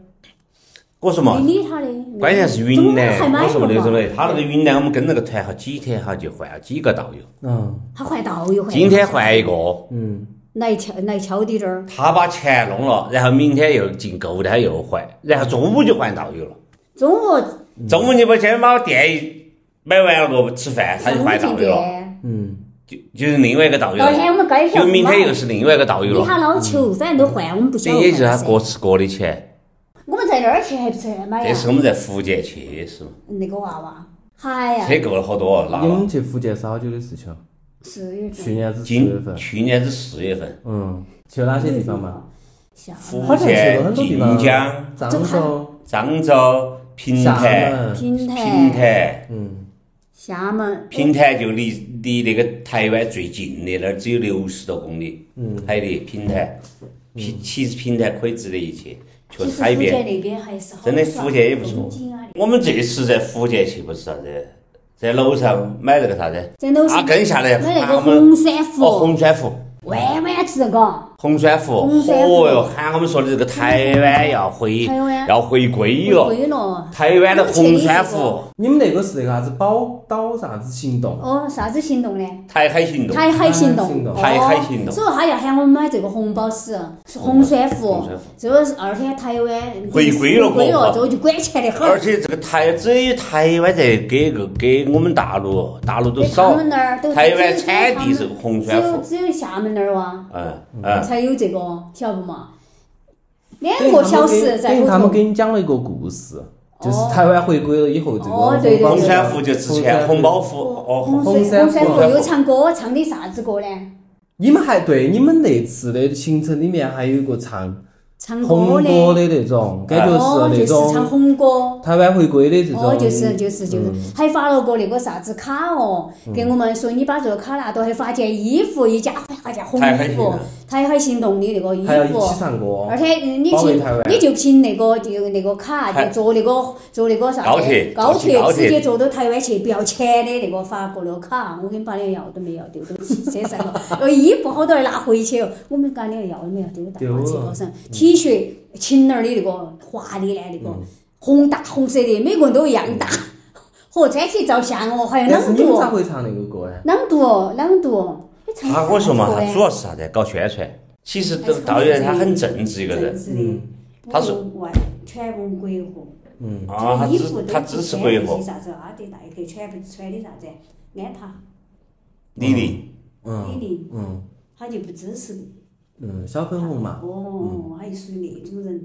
[SPEAKER 1] 我说
[SPEAKER 2] 没
[SPEAKER 1] 嘛，
[SPEAKER 2] 理他的。嗯
[SPEAKER 1] 关键是
[SPEAKER 2] 中
[SPEAKER 1] 云
[SPEAKER 2] 午还
[SPEAKER 1] 南，
[SPEAKER 2] 买
[SPEAKER 1] 我说嘛
[SPEAKER 2] 了
[SPEAKER 1] 那种
[SPEAKER 2] 嘛
[SPEAKER 1] 的，他那个云南，我们跟那个团哈，几天哈就换了几个导游，
[SPEAKER 3] 嗯
[SPEAKER 2] 他换道又换。
[SPEAKER 1] 今天换一个，
[SPEAKER 3] 嗯，
[SPEAKER 2] 来敲来敲滴点儿，
[SPEAKER 1] 他把钱弄了，然后明天又进购物袋又换，然后中午就换导游了。
[SPEAKER 2] 中午
[SPEAKER 1] 中午你不先把店一买完了过吃饭，他就
[SPEAKER 2] 上嗯午
[SPEAKER 1] 换
[SPEAKER 2] 进
[SPEAKER 1] 导游了，
[SPEAKER 2] 店，
[SPEAKER 3] 嗯，
[SPEAKER 1] 就就是另外一个导游
[SPEAKER 2] 到天
[SPEAKER 1] 了，
[SPEAKER 2] 我们该
[SPEAKER 1] 就
[SPEAKER 2] 上
[SPEAKER 1] 明天又
[SPEAKER 2] 买。
[SPEAKER 1] 是另外一个导游
[SPEAKER 2] 比
[SPEAKER 1] 了，嗯
[SPEAKER 2] 他老求，反正都换，我们不
[SPEAKER 1] 这
[SPEAKER 2] 晓得
[SPEAKER 1] 也就是
[SPEAKER 2] 换
[SPEAKER 1] 他
[SPEAKER 2] 噻
[SPEAKER 1] 各吃各的钱。
[SPEAKER 2] 我们在那儿去还不是买
[SPEAKER 1] 这
[SPEAKER 2] 哎呀？
[SPEAKER 1] 是我们在福建去是嘛，
[SPEAKER 2] 那个娃娃，嗨哎呀，嗯
[SPEAKER 1] 车购了好多，拿
[SPEAKER 3] 你
[SPEAKER 1] 了。
[SPEAKER 3] 们去福建是好久的事情？
[SPEAKER 2] 是有
[SPEAKER 3] 去
[SPEAKER 2] 点
[SPEAKER 3] 年子四月
[SPEAKER 1] 今
[SPEAKER 3] 份。
[SPEAKER 1] 去年是四月份，
[SPEAKER 3] 嗯，去了哪些地方嘛？？
[SPEAKER 2] 下
[SPEAKER 1] 福
[SPEAKER 3] 好像去了
[SPEAKER 1] 建、
[SPEAKER 3] 很多地
[SPEAKER 1] 晋
[SPEAKER 3] 方。
[SPEAKER 1] 江、
[SPEAKER 3] 漳州、
[SPEAKER 1] 漳州、平
[SPEAKER 3] 厦
[SPEAKER 1] 潭、
[SPEAKER 3] 门，
[SPEAKER 2] 平
[SPEAKER 1] 平
[SPEAKER 2] 潭、
[SPEAKER 1] 潭，
[SPEAKER 3] 嗯，
[SPEAKER 2] 厦门，
[SPEAKER 1] 平潭就离离那个台湾最近的，那儿只有六十多公里。
[SPEAKER 3] 嗯，
[SPEAKER 1] 海的平潭，平其实平潭可以值得一去，确
[SPEAKER 2] 其
[SPEAKER 1] 实
[SPEAKER 2] 实
[SPEAKER 1] 海
[SPEAKER 2] 福建
[SPEAKER 1] 边。
[SPEAKER 2] 那边还是好
[SPEAKER 1] 真的
[SPEAKER 2] 耍
[SPEAKER 1] 福建也不错
[SPEAKER 2] 风景啊
[SPEAKER 1] 我们这次在福建去不是啥子，在楼上买了个啥子，
[SPEAKER 2] 在楼
[SPEAKER 1] 阿
[SPEAKER 2] 上
[SPEAKER 1] 根下来，
[SPEAKER 2] 买
[SPEAKER 1] 喊
[SPEAKER 2] 那个
[SPEAKER 1] 我啊们
[SPEAKER 2] 红酸
[SPEAKER 1] 哦
[SPEAKER 2] 糊，
[SPEAKER 1] 红哎酸糊，
[SPEAKER 2] 弯弯吃嘎，
[SPEAKER 1] 红酸糊，
[SPEAKER 2] 红酸糊
[SPEAKER 1] 哦哟，喊我们说的这个台湾要回
[SPEAKER 2] 台湾
[SPEAKER 1] 要回归
[SPEAKER 2] 回
[SPEAKER 1] 了，
[SPEAKER 2] 归了。
[SPEAKER 1] 台湾的红酸糊，
[SPEAKER 3] 你们那个是那个啥子宝岛啥子行动？
[SPEAKER 2] 哦，啥子行动呢？
[SPEAKER 1] 台海行动，
[SPEAKER 2] 台海行
[SPEAKER 3] 台海行
[SPEAKER 2] 动，
[SPEAKER 3] 动
[SPEAKER 1] 台海行动
[SPEAKER 2] 哦所以他要喊我们买这个红宝石，是红珊
[SPEAKER 1] 红
[SPEAKER 2] 瑚
[SPEAKER 1] 珊瑚，
[SPEAKER 2] 这个是二天台湾
[SPEAKER 1] 回归了
[SPEAKER 2] 回归
[SPEAKER 1] 国
[SPEAKER 2] 了，
[SPEAKER 1] 货
[SPEAKER 2] 这个就管钱的很
[SPEAKER 1] 而。且这个台只有台湾在给个给我们大陆，大陆都
[SPEAKER 2] 对他
[SPEAKER 1] 少
[SPEAKER 2] 们，那儿都
[SPEAKER 1] 台湾
[SPEAKER 2] 只有
[SPEAKER 1] 产地
[SPEAKER 2] 只
[SPEAKER 1] 是
[SPEAKER 2] 有
[SPEAKER 1] 红
[SPEAKER 2] 只
[SPEAKER 1] 酸
[SPEAKER 2] 有
[SPEAKER 1] 糊，
[SPEAKER 2] 只有厦门那儿哇，
[SPEAKER 1] 嗯嗯。
[SPEAKER 2] 才有这个，晓得不嘛？两个小时在
[SPEAKER 3] 等于他
[SPEAKER 2] 后头，
[SPEAKER 3] 们给你讲了一个故事，就是台湾回归了以后，这个
[SPEAKER 2] 哦对对对
[SPEAKER 1] 红珊瑚就之前红包糊哦，
[SPEAKER 2] 红
[SPEAKER 3] 红啊珊
[SPEAKER 2] 红
[SPEAKER 3] 瑚
[SPEAKER 2] 珊瑚又唱歌，唱的啥子歌呢？
[SPEAKER 3] 你们还对你们那次的行程里面还有一个唱
[SPEAKER 2] 唱
[SPEAKER 3] 红
[SPEAKER 2] 歌
[SPEAKER 3] 歌
[SPEAKER 2] 的，
[SPEAKER 3] 的那种，感
[SPEAKER 2] 哦
[SPEAKER 3] 觉，是
[SPEAKER 2] 就
[SPEAKER 3] 那
[SPEAKER 2] 是唱
[SPEAKER 3] 种
[SPEAKER 2] 红歌。
[SPEAKER 3] 台湾回归的这种。嗯
[SPEAKER 2] 哦，就是就是就是，还发了个那个啥子卡哦，给我们说你把这个卡拿到，还发件衣服，一家发件红
[SPEAKER 1] 台海
[SPEAKER 2] 衣
[SPEAKER 1] 行
[SPEAKER 2] 服
[SPEAKER 1] 动，
[SPEAKER 2] 台海行动的那个衣
[SPEAKER 3] 还要一
[SPEAKER 2] 服
[SPEAKER 3] 起。唱歌
[SPEAKER 2] 而。且嗯你
[SPEAKER 3] 保卫
[SPEAKER 2] 凭
[SPEAKER 3] 台湾
[SPEAKER 2] 你就凭那个就那个卡，
[SPEAKER 1] 台
[SPEAKER 2] 就坐那个坐那个啥子
[SPEAKER 1] 高铁
[SPEAKER 2] 高
[SPEAKER 1] 坐高铁
[SPEAKER 2] 直接坐到台湾去，不要钱的那个法国的卡，我给你把那个要都没要丢到汽车上了。那衣服好多人拿回去哦，我们把那个要都没要丢到大巴
[SPEAKER 1] 啊
[SPEAKER 2] 车上。T 恤秦儿的那个华丽的那
[SPEAKER 1] 嗯
[SPEAKER 2] 个红大红色的，每个人都一样大，和穿起照相哦，还有
[SPEAKER 3] 但是
[SPEAKER 2] 朗
[SPEAKER 3] 你们
[SPEAKER 2] 读
[SPEAKER 3] 咋
[SPEAKER 2] 哦，
[SPEAKER 3] 会唱那个歌呢？
[SPEAKER 2] 朗读哦，朗读哦。哎唱
[SPEAKER 1] 啊他跟我说嘛，
[SPEAKER 2] 啥子歌
[SPEAKER 1] 他
[SPEAKER 2] 呢
[SPEAKER 1] 主要是啥子？搞宣传，其实导导演他很正直一个人嗯
[SPEAKER 2] 政治的，不
[SPEAKER 1] 他是
[SPEAKER 2] 用管，全部国货。
[SPEAKER 1] 啊，他
[SPEAKER 2] 这衣
[SPEAKER 1] 支
[SPEAKER 2] 服都
[SPEAKER 1] 他
[SPEAKER 2] 不
[SPEAKER 1] 支持
[SPEAKER 2] 穿
[SPEAKER 1] 国
[SPEAKER 2] 的
[SPEAKER 1] 货
[SPEAKER 2] 是，啥子啊阿迪耐克穿不穿的啥子安踏、
[SPEAKER 1] 李宁
[SPEAKER 2] 李
[SPEAKER 3] 嗯
[SPEAKER 2] 宁，
[SPEAKER 3] 嗯
[SPEAKER 2] 他就不支持。
[SPEAKER 3] 嗯，小粉红嘛，
[SPEAKER 2] 哦，
[SPEAKER 1] 嗯
[SPEAKER 2] 他就属于那种人。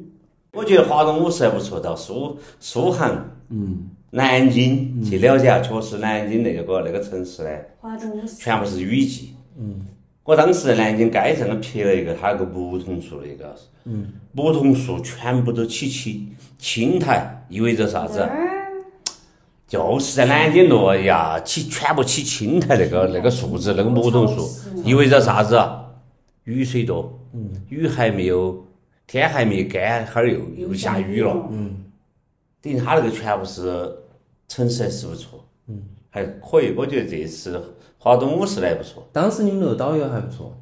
[SPEAKER 1] 我觉得华东五十还不错，到苏苏杭、
[SPEAKER 3] 嗯，
[SPEAKER 1] 南京去了解下，确实南京那个那个城市呢，
[SPEAKER 2] 华东五十，
[SPEAKER 1] 全部是雨季。我当时在南京街上头拍了一个，它有个梧桐树的一个，梧桐树全部都起青青苔，意味着啥
[SPEAKER 2] 这
[SPEAKER 1] 子？啊
[SPEAKER 2] 儿
[SPEAKER 1] 就是在南京路呀，起全部起青苔那个那个树枝，那个梧桐
[SPEAKER 2] 潮
[SPEAKER 1] 树
[SPEAKER 2] 湿，
[SPEAKER 1] 意味着啥子啊？雨水多，雨还没有，天还没干，哈儿又又下雨了。嗯等于他那个全部是城市还是不错，嗯，还可以，我觉得这次华东五十来不错，
[SPEAKER 3] 当时你们那个导游还不错，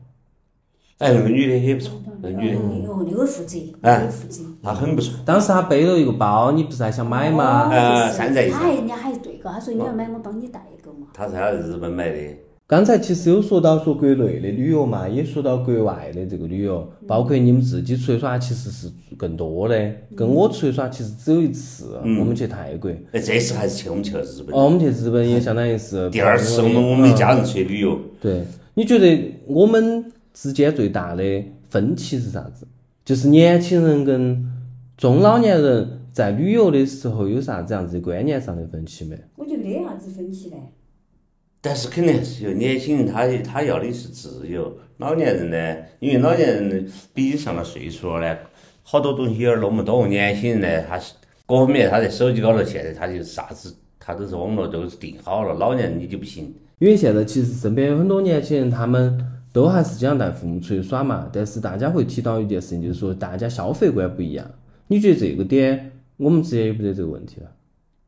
[SPEAKER 1] 哎，那个女的也不错，
[SPEAKER 3] 嗯
[SPEAKER 1] 那个女的
[SPEAKER 2] 哦，那个负责，
[SPEAKER 1] 嗯哎
[SPEAKER 2] 那个负责。
[SPEAKER 1] 她很不错，
[SPEAKER 3] 当时他背了一个包，你不是还想买吗？
[SPEAKER 1] 呃
[SPEAKER 2] 哦就是
[SPEAKER 1] 山寨一下嗯
[SPEAKER 2] 他还人家还对个，他说你要买我帮你带一个嘛。
[SPEAKER 1] 她是她在日本买的，
[SPEAKER 3] 刚才其实有说到说国内的旅游嘛，也说到国外的这个旅游，包括你们自己出去耍，其实是更多的。跟我出去耍其实只有一次，
[SPEAKER 1] 嗯
[SPEAKER 3] 我们去泰国。
[SPEAKER 1] 哎，这次还是去我们去了日本，
[SPEAKER 3] 哦，我们去日本也相当于是
[SPEAKER 1] 第二次我们我们一家人去旅游，
[SPEAKER 3] 对，你觉得我们之间最大的分歧是啥子？就是年轻人跟中老年人在旅游的时候有啥子样子的观念上的分歧没？
[SPEAKER 2] 我觉得没啥子分歧嘞。
[SPEAKER 1] 但是肯定还是有年轻人他他要的是自由，老年人呢，因为老年人毕竟上了岁数了呢，好多东西有点弄不懂，年轻人呢，他是各方面他在手机高头现在他就啥子他都是网络都是定好了，老年人你就不行。
[SPEAKER 3] 因为现在其实身边有很多年轻人，他们都还是经常带父母出去耍嘛，但是大家会提到一件事情，就是说大家消费观不一样。你觉得这个点，我们之间有没得这个问题啊？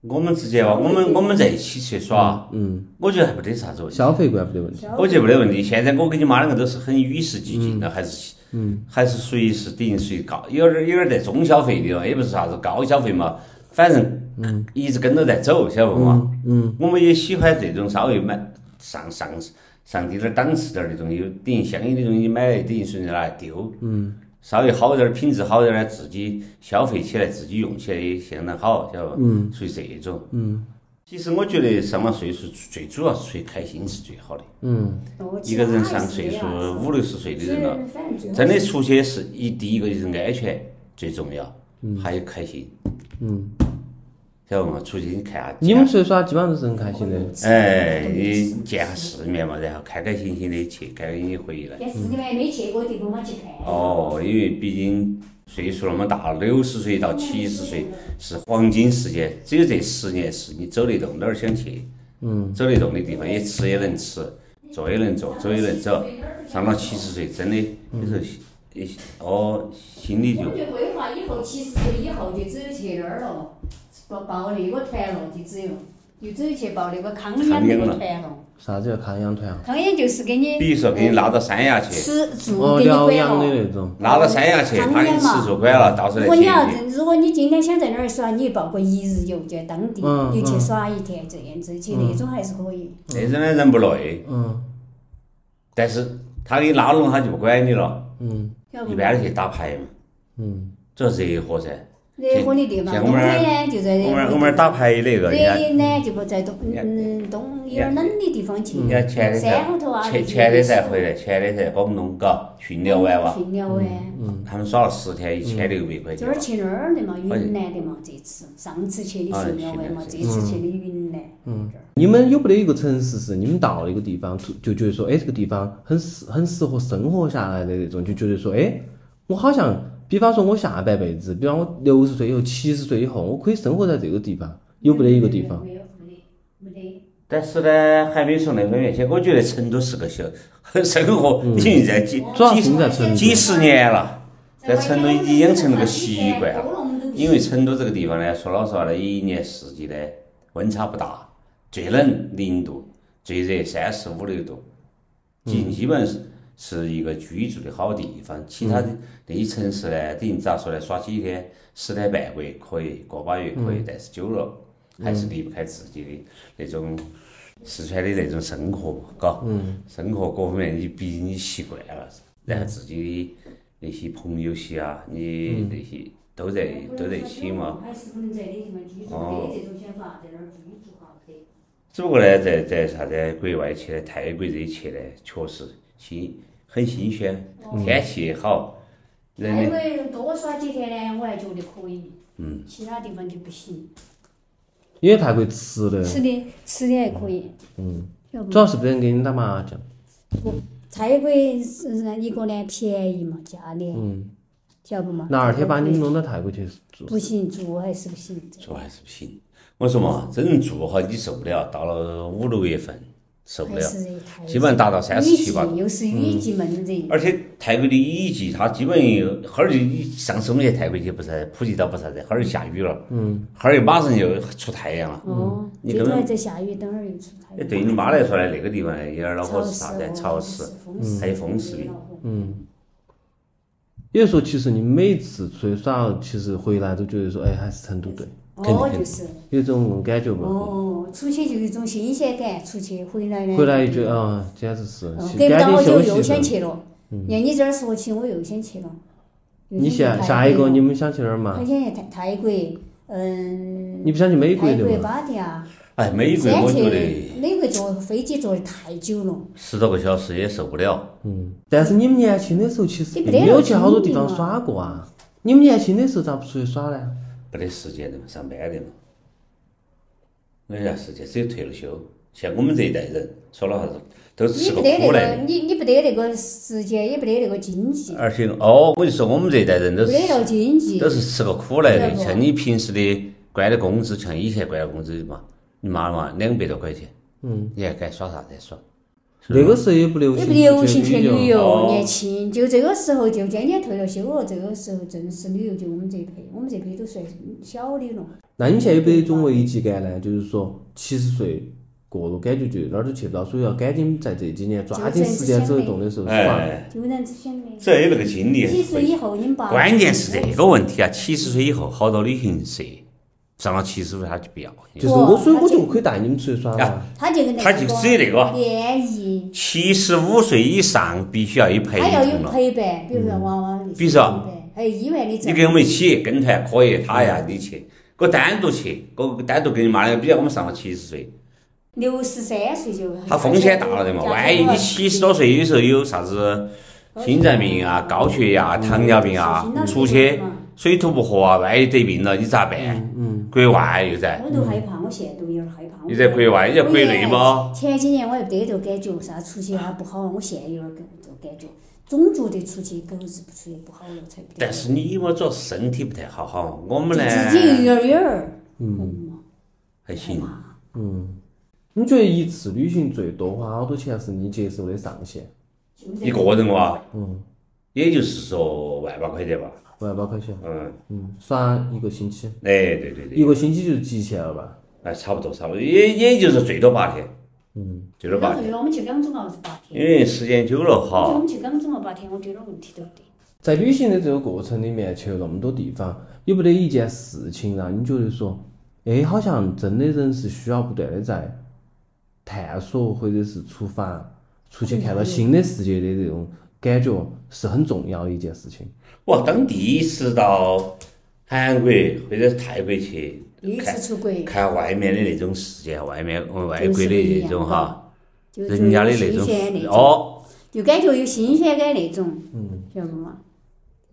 [SPEAKER 1] 我们之间哇，我们我们在一起去耍，
[SPEAKER 3] 嗯，
[SPEAKER 1] 我觉得还没得啥子问题，
[SPEAKER 3] 消费观不得问题。
[SPEAKER 1] 我觉得没得问题。现在我跟你妈两个都是很与时俱进的，还是嗯，还是属于是等于属于高，有点有点在中消费的了，也不是啥子高消费嘛，反正一直跟着在走，晓得不嘛？嗯，我们也喜欢这种稍微买上上上低点儿档次点儿的东西，等于相应的东西买来，等于顺着拿来丢，嗯，稍微好点儿品质好点儿的，自己消费起来，自己用起来也相当好，晓得不？嗯，属于这种，嗯。其实我觉得上了岁数，最主要是最开心是最好的。
[SPEAKER 2] 哦
[SPEAKER 1] 一个人上岁数五六十岁的人了，，
[SPEAKER 2] 其他
[SPEAKER 1] 真
[SPEAKER 2] 也
[SPEAKER 1] 的
[SPEAKER 2] 是
[SPEAKER 1] 出去是一第一个就是安全最重要，还有开心。嗯，晓得嘛？出去你看下，
[SPEAKER 3] 你们出去耍基本上都是很开心的。
[SPEAKER 1] 哎，你见下世面嘛，然后开开心心的去，开开心心回来。
[SPEAKER 2] 但是你们没去过地方嘛，去看。
[SPEAKER 1] 哦，因为毕竟岁数那么大了，六十岁到七十岁是黄金时间，只有这十年是你走得动哪儿想去，嗯，走得动的地方，也吃也能吃，坐也能坐，走也能走。上了七十岁，真的有时候心，一哦，心里就
[SPEAKER 2] 我觉得规划以后七十岁以后就只有去那儿了，报报那个团了，就只有就只有去报那个康养那个团了。
[SPEAKER 3] 啥子叫康养团啊？
[SPEAKER 2] 康养就是给你
[SPEAKER 1] 比如说给你拉到山崖去，
[SPEAKER 2] 吃住
[SPEAKER 3] 哦，
[SPEAKER 2] 给你
[SPEAKER 3] 疗
[SPEAKER 2] 管
[SPEAKER 3] 养的
[SPEAKER 2] 了。
[SPEAKER 3] 那种。
[SPEAKER 1] 拉到山崖去，
[SPEAKER 2] 长
[SPEAKER 1] 他给你
[SPEAKER 2] 江嘛
[SPEAKER 1] 吃住管了，到时
[SPEAKER 2] 如
[SPEAKER 1] 候
[SPEAKER 2] 果
[SPEAKER 1] 来接
[SPEAKER 2] 你要
[SPEAKER 1] 你。
[SPEAKER 2] 如果你今天想在那儿耍，你报个一日游，就在当地
[SPEAKER 3] 嗯
[SPEAKER 2] 就去耍一天，这样子去那种还是可以。
[SPEAKER 1] 那种呢人不累，
[SPEAKER 3] 嗯
[SPEAKER 1] 但是他给你拉拢，他就不管你了，
[SPEAKER 3] 嗯
[SPEAKER 2] 要
[SPEAKER 1] 一
[SPEAKER 2] 不
[SPEAKER 1] 般去打牌嘛，
[SPEAKER 3] 嗯，
[SPEAKER 1] 主要是热和噻。
[SPEAKER 2] 热火的地方，
[SPEAKER 1] 像我
[SPEAKER 2] 冬
[SPEAKER 1] 们儿
[SPEAKER 2] 天呢就在热
[SPEAKER 1] 我们
[SPEAKER 2] 火
[SPEAKER 1] 我们打牌那个，人家
[SPEAKER 2] 热呢就不在东嗯东有点冷的地方去
[SPEAKER 1] 人家，前天
[SPEAKER 2] 山后头啊，
[SPEAKER 1] 才前前天才回来，前天在广东搞训练完哇，
[SPEAKER 2] 训练完。
[SPEAKER 3] 嗯
[SPEAKER 1] 他们耍了十天，一千六百块
[SPEAKER 2] 这
[SPEAKER 1] 钱
[SPEAKER 2] 儿。去那儿的嘛，云南的嘛，这次上次去的是苗湾嘛，这次去的云南。嗯。
[SPEAKER 3] 你们有没得一个城市是你们到了一个地方，突就觉得说，哎，这个地方很适很适合生活下来的那种，就觉得说，哎，我好像，比方说我下半辈子，比方我六十岁以后、七十岁以后，我可以生活在这个地方，有没得一个地方？
[SPEAKER 2] 没有，没得，没得。
[SPEAKER 1] 但是呢，还没从那方面去。我觉得成都是个小生活，已经在几
[SPEAKER 3] 嗯主要是
[SPEAKER 1] 几
[SPEAKER 3] 你在成都
[SPEAKER 1] 几十年了，在成都已经养成了个习惯了。
[SPEAKER 2] 了
[SPEAKER 1] 因为成都这个地方呢，说老实话呢，一年四季呢温差不大，最冷零度，最热三十五六度，
[SPEAKER 3] 嗯
[SPEAKER 1] 基基本是是一个居住的好地方。其
[SPEAKER 3] 嗯
[SPEAKER 1] 他的那些城市呢，等于咋说呢，耍几天、十天半个月可以，个把月可以，但是久了还是离不开自己的那种四川的那种生活嘛，嘎，生活各方面你毕竟你习惯了。然后自己的那些朋友些啊，你那些都在都在一起嘛。哦
[SPEAKER 2] 还是不能在你什么居住的这种想法，在那儿居住哈，可以。
[SPEAKER 1] 只不过呢，在在啥子啊国外去呢，泰国这一去呢，确实新很新鲜，天气也好，人
[SPEAKER 2] 泰
[SPEAKER 1] 呢
[SPEAKER 2] 国人多耍几天呢，我还觉得可以。嗯。其他地方就不行。
[SPEAKER 3] 因为泰国吃的，
[SPEAKER 2] 吃的吃的还可以。嗯。
[SPEAKER 3] 主要是不能给你打麻将。
[SPEAKER 2] 泰国是一个呢便宜嘛，价廉。嗯。晓得不嘛？
[SPEAKER 3] 那二天把你们弄到泰国去住，
[SPEAKER 2] 不行，住还是不行。
[SPEAKER 1] 说还是不行。我说嘛，真住哈，你受不了，到了五六月份受不
[SPEAKER 2] 还
[SPEAKER 1] 了，
[SPEAKER 2] 是太
[SPEAKER 1] 基本上达到三十
[SPEAKER 2] 雨
[SPEAKER 1] 七
[SPEAKER 2] 季
[SPEAKER 1] 八度。
[SPEAKER 2] 又是雨季闷
[SPEAKER 3] 嗯
[SPEAKER 2] 热，
[SPEAKER 1] 而且泰国的雨季，它基本有，哈儿就你上次我们去泰国去，不是普吉岛不是啥子，哈儿就下雨了，嗯，哈儿就马上就出太阳了。
[SPEAKER 3] 嗯
[SPEAKER 2] 哦，
[SPEAKER 1] 你
[SPEAKER 2] 这
[SPEAKER 1] 根
[SPEAKER 2] 头
[SPEAKER 1] 本
[SPEAKER 2] 还在下雨，等会儿又出太
[SPEAKER 1] 哎，
[SPEAKER 2] 阳。
[SPEAKER 1] 对你妈来说呢，那个地方呢，有点儿恼火
[SPEAKER 2] 潮
[SPEAKER 1] 是啥子？
[SPEAKER 2] 湿，
[SPEAKER 1] 潮湿，，还
[SPEAKER 3] 嗯
[SPEAKER 1] 有风湿病。
[SPEAKER 3] 也就是说，其实你每次出去耍，其实回来都觉得说，哎，还是成都对，
[SPEAKER 2] 哦，就是，
[SPEAKER 3] 有种感觉不？
[SPEAKER 2] 哦，出去就有一种新鲜感，出去回来呢，
[SPEAKER 3] 回来一觉得啊，简直是
[SPEAKER 2] 哦，隔不
[SPEAKER 3] 赶
[SPEAKER 2] 到
[SPEAKER 3] 紧
[SPEAKER 2] 我
[SPEAKER 3] 休
[SPEAKER 2] 就又
[SPEAKER 3] 息
[SPEAKER 2] 想
[SPEAKER 3] 一下。
[SPEAKER 2] 去了。让你这儿说起，我又想去了。
[SPEAKER 3] 你下下一个你
[SPEAKER 2] 们？
[SPEAKER 3] 们想去哪儿嘛
[SPEAKER 2] 我？想去泰泰国，嗯，
[SPEAKER 3] 你不想去美国
[SPEAKER 2] 泰
[SPEAKER 3] 的
[SPEAKER 2] 国
[SPEAKER 3] 嘛？
[SPEAKER 2] 芭提雅。
[SPEAKER 1] 哎，美国
[SPEAKER 2] 之
[SPEAKER 1] 我觉
[SPEAKER 2] 前
[SPEAKER 1] 得哎
[SPEAKER 2] 去美国坐飞机坐的太久了，
[SPEAKER 1] 十多个小时也受不了。
[SPEAKER 3] 嗯，但是你们年轻的时候其实
[SPEAKER 2] 你
[SPEAKER 3] 并
[SPEAKER 2] 没得
[SPEAKER 3] 没有去好多地方
[SPEAKER 2] 经历嘛
[SPEAKER 3] 耍过啊。你们年轻的时候咋不出去耍呢？
[SPEAKER 1] 没得时间的嘛，上班的嘛，哎没得啥时间，只有退了休。像我们这一代人，说了啥子，都是吃
[SPEAKER 2] 你
[SPEAKER 1] 个
[SPEAKER 2] 不得
[SPEAKER 1] 苦来
[SPEAKER 2] 那个，
[SPEAKER 1] 的。
[SPEAKER 2] 你你不得那个时间，也不得那个经济，
[SPEAKER 1] 而且哦，我就说我们这一代人都
[SPEAKER 2] 不
[SPEAKER 1] 是
[SPEAKER 2] 得那个经济
[SPEAKER 1] 都。是吃个苦来的。
[SPEAKER 2] 对不
[SPEAKER 1] 像你平时的关的工资，像以前关的工资嘛，你妈的嘛两百多块钱，嗯，你还该耍啥子耍？是吧啊
[SPEAKER 3] 那个时候也不流
[SPEAKER 2] 也
[SPEAKER 3] 行
[SPEAKER 2] 不流行去
[SPEAKER 3] 游
[SPEAKER 2] 旅。
[SPEAKER 1] 哦
[SPEAKER 2] 游，年轻就这个时候就渐渐退了休了，这个时候正是旅游，就我们这一辈，我们这辈都算小的了。
[SPEAKER 3] 那你们现在有没得一种危机感呢？就是说七十岁过了，感觉就哪儿都去不到，所以要赶紧在这几年抓紧时间走得动的时候耍。
[SPEAKER 1] 哎，
[SPEAKER 2] 有人只想的，
[SPEAKER 1] 只要有那个啊精力，
[SPEAKER 2] 几岁以后你们爸
[SPEAKER 1] 关键是这个问题啊，七十岁以后，好多旅行社上了七十岁他就不要，
[SPEAKER 3] 就是我，所以我就可以带你们出去耍嘛。
[SPEAKER 2] 他就跟那
[SPEAKER 1] 他就只有那个啊
[SPEAKER 2] 联谊，
[SPEAKER 1] 七十五岁以上必须要有陪
[SPEAKER 2] 他要
[SPEAKER 1] 同
[SPEAKER 2] 有
[SPEAKER 1] 了。
[SPEAKER 2] 陪伴，比如说娃娃那些
[SPEAKER 1] 嗯比如说
[SPEAKER 2] 陪伴，哎还有医院的
[SPEAKER 1] 你
[SPEAKER 2] 证，
[SPEAKER 1] 跟我们一起跟团可以，他呀你去，我单独去，我单独跟你妈两个，比如我们上了七十岁，
[SPEAKER 2] 六十三岁就
[SPEAKER 1] 他风险大了的嘛，万一你七十多岁有时候有啥子心脏病啊、高血压、糖尿病啊，出去水土不服啊，万一得病了你咋办？嗯，国外又在，
[SPEAKER 2] 我都害怕，我现在都有点害怕。
[SPEAKER 1] 嗯你在国外，你在国内吗？
[SPEAKER 2] 前几年我还不得这感觉，啥出去啊不好，我现在有点儿这感觉，总觉得出去狗日不出去不好了才不得。
[SPEAKER 1] 但是你我主要身体不太好哈，我们呢
[SPEAKER 2] 自己又有点儿远儿，嗯，
[SPEAKER 1] 还行，
[SPEAKER 3] 你觉得一次旅行最多花好多钱是你接受的上限？
[SPEAKER 1] 一个人哇，嗯，也就是说万把块钱吧，
[SPEAKER 3] 万八块钱，
[SPEAKER 1] 嗯，
[SPEAKER 3] 嗯，耍一个星期，
[SPEAKER 1] 哎，对对
[SPEAKER 3] 一
[SPEAKER 1] 对，
[SPEAKER 3] 个星期就是极限了吧？
[SPEAKER 1] 哎，差不多差不多，也也就是最多八天，嗯，最多八
[SPEAKER 2] 然后
[SPEAKER 1] 天，
[SPEAKER 2] 我们去港中澳是八
[SPEAKER 1] 因
[SPEAKER 2] 天，
[SPEAKER 1] 为时间久了
[SPEAKER 2] 我觉得我
[SPEAKER 1] 哈，
[SPEAKER 2] 们去港中澳八天，我觉得问题都不得。
[SPEAKER 3] 在旅行的这个过程里面，去了那么多地方，有没得一件事情让你觉得说，哎，好像真的人是需要不断的在探索或者是出发，出去看到新的世界的这种感觉是很重要的一件事情。
[SPEAKER 1] 我当第一次到韩国或者泰国去
[SPEAKER 2] 第一
[SPEAKER 1] 看
[SPEAKER 2] 次出国，
[SPEAKER 1] 看外面的那种世界，外面呃外
[SPEAKER 2] 就
[SPEAKER 1] 国
[SPEAKER 2] 是
[SPEAKER 1] 的
[SPEAKER 2] 不一
[SPEAKER 1] 那
[SPEAKER 2] 样
[SPEAKER 1] 种哈，
[SPEAKER 2] 就
[SPEAKER 1] 人家的
[SPEAKER 2] 就
[SPEAKER 1] 那
[SPEAKER 2] 有新鲜
[SPEAKER 1] 种
[SPEAKER 2] 那种，
[SPEAKER 1] 哦。
[SPEAKER 2] 就感觉有新鲜感那种，
[SPEAKER 1] 嗯
[SPEAKER 2] 晓得不嘛？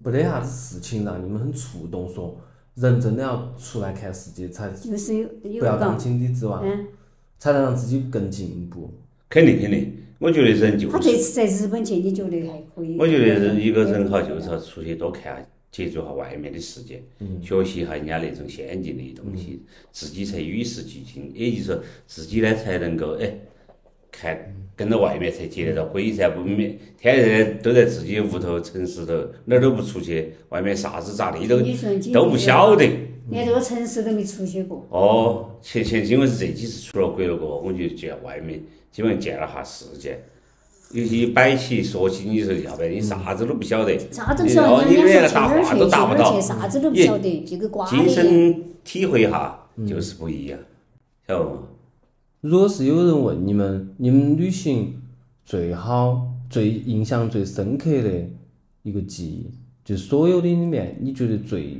[SPEAKER 3] 没得啥子事情让你们很触动，说人真的要出来看世界，才
[SPEAKER 2] 就是有有
[SPEAKER 3] 不要当
[SPEAKER 2] 港，
[SPEAKER 3] 井底之蛙，
[SPEAKER 2] 嗯，
[SPEAKER 3] 才能让自己更进步。
[SPEAKER 1] 肯定肯定，我觉得人就
[SPEAKER 2] 他
[SPEAKER 1] 是
[SPEAKER 2] 这次在日本去，你觉得还可以？
[SPEAKER 1] 我觉得人一个人哈，就是要出去多看，接触下外面的世界，
[SPEAKER 2] 嗯
[SPEAKER 1] 学习一下人家那种先进的东西，自己才与时俱进。也就是说，自己呢才能够哎，看跟着外面才接得到轨噻，不免天天都在自己屋头城市头，哪儿都不出去，外面啥子咋地都
[SPEAKER 2] 你说你
[SPEAKER 1] 都不晓得。
[SPEAKER 2] 连这个城市都没出去过。
[SPEAKER 1] 哦，前前因为是这几次出了国了过，我就见外面，基本上见了下世界。有些摆起说起你说要不然你啥子都不晓得，
[SPEAKER 2] 啥都不
[SPEAKER 1] 你
[SPEAKER 2] 晓
[SPEAKER 1] 哦
[SPEAKER 2] 得，
[SPEAKER 1] 你
[SPEAKER 2] 人
[SPEAKER 1] 连
[SPEAKER 2] 家
[SPEAKER 1] 个
[SPEAKER 2] 说去
[SPEAKER 1] 搭
[SPEAKER 2] 哪
[SPEAKER 1] 话都搭不
[SPEAKER 2] 儿去，去哪儿
[SPEAKER 1] 到嗯
[SPEAKER 2] 去，，啥子都不
[SPEAKER 1] 也
[SPEAKER 2] 晓得，就跟瓜的
[SPEAKER 1] 亲
[SPEAKER 2] 一样。
[SPEAKER 1] 身体会哈就是不一样，嗯晓得不？
[SPEAKER 3] 如果是有人问你们，你们旅行最好最印象最深刻的一个记忆？就所有的里面，你觉得最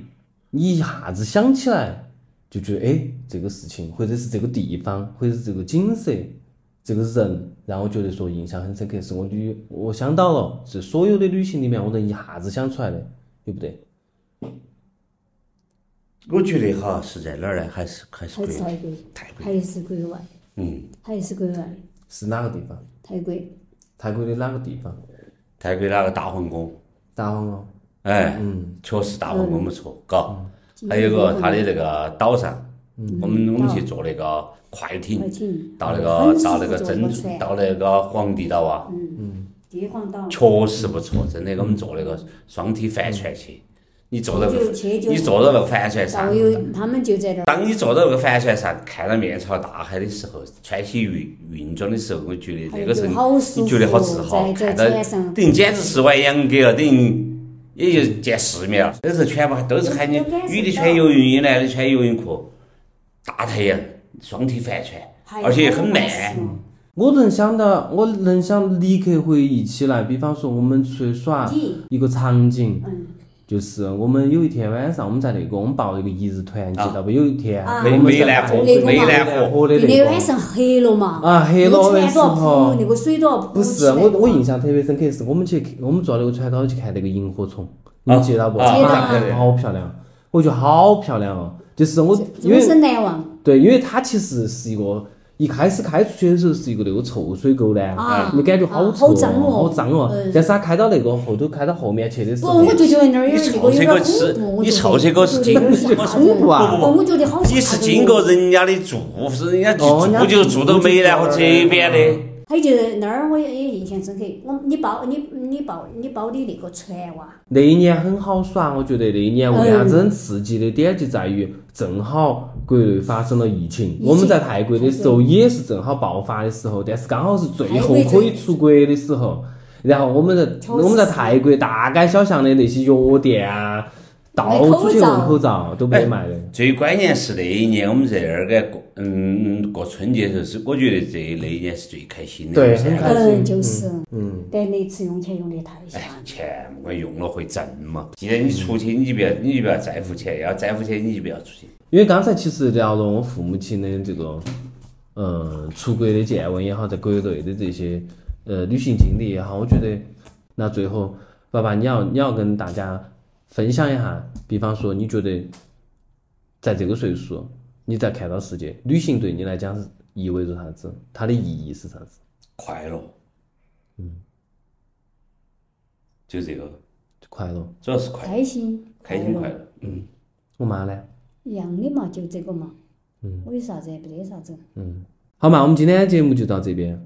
[SPEAKER 3] 你一下子想起来就觉得哎这个事情，或者是这个地方，或者是这个景色，这个人，然后觉得说印象很深刻，是我旅我想到了，是所有的旅行里面我能一下子想出来的，对不对？
[SPEAKER 1] 我觉得哈是在哪儿呢？还是还是
[SPEAKER 2] 还
[SPEAKER 1] 国
[SPEAKER 2] 是
[SPEAKER 1] 内？
[SPEAKER 2] 泰
[SPEAKER 1] 泰
[SPEAKER 2] 国，
[SPEAKER 1] 国。
[SPEAKER 2] 还是国外，
[SPEAKER 1] 嗯，
[SPEAKER 2] 还是国外，
[SPEAKER 3] 是哪个地方？
[SPEAKER 2] 泰国。
[SPEAKER 3] 泰国的哪个地方？
[SPEAKER 1] 泰国那个大皇宫，
[SPEAKER 3] 大黄哦，
[SPEAKER 1] 哎，
[SPEAKER 3] 嗯，
[SPEAKER 1] 确实大皇宫不错，嘎。还有个它的那个岛上，我们我们去坐那个快
[SPEAKER 2] 快
[SPEAKER 1] 艇，
[SPEAKER 2] 艇，
[SPEAKER 1] 到那
[SPEAKER 2] 很
[SPEAKER 1] 个
[SPEAKER 2] 舒
[SPEAKER 1] 到
[SPEAKER 2] 服
[SPEAKER 1] 那个
[SPEAKER 2] 坐
[SPEAKER 1] 珍
[SPEAKER 2] 过
[SPEAKER 1] 珠
[SPEAKER 2] 去
[SPEAKER 1] 到那个皇帝岛啊，
[SPEAKER 2] 地方岛，
[SPEAKER 1] 确实不错，真的。我们坐那个双体帆船去，你坐到那个
[SPEAKER 2] 就去就
[SPEAKER 1] 你坐到那个帆船上
[SPEAKER 2] 导，游他们就在那儿，
[SPEAKER 1] 当你坐到那个帆船上，看到面朝大海的时候，穿起运运装的时候，我觉得
[SPEAKER 2] 哎
[SPEAKER 1] 这个
[SPEAKER 2] 就
[SPEAKER 1] 人
[SPEAKER 2] 好舒
[SPEAKER 1] 你觉得好
[SPEAKER 2] 服
[SPEAKER 1] 自豪，
[SPEAKER 2] 在
[SPEAKER 1] 看
[SPEAKER 2] 在
[SPEAKER 1] 到
[SPEAKER 2] 船上
[SPEAKER 1] 等于简直是玩洋格了，等于也就见世面了。那时候全部都是喊你
[SPEAKER 2] 都感受到
[SPEAKER 1] 女的穿游泳衣，男的穿游泳裤，大太阳，双体帆船，
[SPEAKER 2] 还
[SPEAKER 1] 而且也很慢。
[SPEAKER 2] 哎嗯
[SPEAKER 3] 我能想到，我能想立刻回忆起来，比方说我们出去耍
[SPEAKER 1] 啊
[SPEAKER 2] 你
[SPEAKER 3] 一个场景，
[SPEAKER 2] 嗯
[SPEAKER 3] 就是我们有一天晚上我们在那个我们报了一个一日团，你记得不？有一天
[SPEAKER 2] 啊
[SPEAKER 1] 湄
[SPEAKER 3] 我们
[SPEAKER 1] 湄
[SPEAKER 3] 在
[SPEAKER 1] 南河，
[SPEAKER 2] 那个嘛
[SPEAKER 1] 湄南
[SPEAKER 3] 南
[SPEAKER 1] 河，
[SPEAKER 3] 河的
[SPEAKER 2] 那
[SPEAKER 3] 那
[SPEAKER 2] 天
[SPEAKER 3] 个
[SPEAKER 2] 晚上黑了嘛？
[SPEAKER 3] 啊黑了
[SPEAKER 2] 那个
[SPEAKER 3] 的
[SPEAKER 2] 船
[SPEAKER 3] 时
[SPEAKER 2] 都要扑
[SPEAKER 3] 候，
[SPEAKER 2] 那个水都要扑
[SPEAKER 3] 不
[SPEAKER 2] 起
[SPEAKER 3] 是
[SPEAKER 2] 来
[SPEAKER 3] 我，我印象特别深刻，是我们去我们坐那个船高去看那个萤火虫，你们记得不？
[SPEAKER 1] 啊
[SPEAKER 2] 记得啊
[SPEAKER 3] 看好漂亮，我觉得好漂亮哦。就是我因
[SPEAKER 2] 终
[SPEAKER 3] 为
[SPEAKER 2] 身难忘。
[SPEAKER 3] 对，因为它其实是一个一开始开出去的时候是一个那个臭水沟呢，
[SPEAKER 2] 啊
[SPEAKER 3] 你感觉
[SPEAKER 2] 啊
[SPEAKER 3] 臭、
[SPEAKER 2] 好脏哦
[SPEAKER 3] 好脏哦。
[SPEAKER 2] 嗯
[SPEAKER 3] 但是它开到那个后头开到后面去的时
[SPEAKER 2] 不，
[SPEAKER 3] 候
[SPEAKER 2] 我，就觉得那儿有
[SPEAKER 1] 你
[SPEAKER 2] 那
[SPEAKER 1] 臭
[SPEAKER 2] 个有
[SPEAKER 1] 这
[SPEAKER 2] 点
[SPEAKER 1] 个
[SPEAKER 2] 恐
[SPEAKER 1] 吃
[SPEAKER 2] 怖。，
[SPEAKER 1] 你臭这个是经，
[SPEAKER 2] 我觉得有点吓人
[SPEAKER 3] 恐怖啊
[SPEAKER 2] 哦我觉得好吓人。
[SPEAKER 1] 你是经过人家的住，是人家
[SPEAKER 3] 哦人家
[SPEAKER 1] 住就住到湄南河这边的。
[SPEAKER 2] 还有就是那儿我也也印象深刻，我你包你你包你包的那个啊船哇，
[SPEAKER 3] 那一年很好耍，我觉得那一年为啥子很刺激的点就在于，正好国内发生了疫情，
[SPEAKER 2] 情嗯
[SPEAKER 3] 我们在泰国的时候也是正好爆发的时候，但是刚好是最后可以出国的时候，然后我们在
[SPEAKER 2] 超
[SPEAKER 3] 我们在泰国大街小巷的那些药店啊，到处去问口罩都不
[SPEAKER 2] 哎
[SPEAKER 3] 得卖的。
[SPEAKER 1] 最关键是那一年我们在那儿个过，嗯，嗯过春节的时候是，我觉得这那一年是最开心的。
[SPEAKER 3] 对
[SPEAKER 1] 我们三个
[SPEAKER 3] 很开心
[SPEAKER 1] 人
[SPEAKER 2] 嗯，就是，
[SPEAKER 3] 嗯，
[SPEAKER 2] 但那次用钱用得太吓
[SPEAKER 1] 哎
[SPEAKER 2] 人了，。
[SPEAKER 1] 钱我用了会挣嘛。既然你出去，你就不要，你就不要在乎钱，要在乎钱你就不要出去。
[SPEAKER 3] 因为刚才其实聊了我父母亲的这个，嗯，出国的见闻也好，在国内的这些呃旅行经历也好，我觉得那最后爸爸你要你要跟大家分享一下，比方说你觉得在这个岁数你在看到世界，旅行对你来讲是意味着啥子？它的意义是啥子？
[SPEAKER 1] 快乐，嗯，就这个，
[SPEAKER 3] 就快乐。
[SPEAKER 1] 主要是快乐，
[SPEAKER 2] 开心，
[SPEAKER 1] 开心
[SPEAKER 2] 乐
[SPEAKER 1] 快乐。嗯，
[SPEAKER 3] 我妈呢？
[SPEAKER 2] 一样的嘛，就这个嘛。
[SPEAKER 1] 嗯
[SPEAKER 2] 我有啥子？没得啥子。
[SPEAKER 3] 好嘛，我们今天的节目就到这边，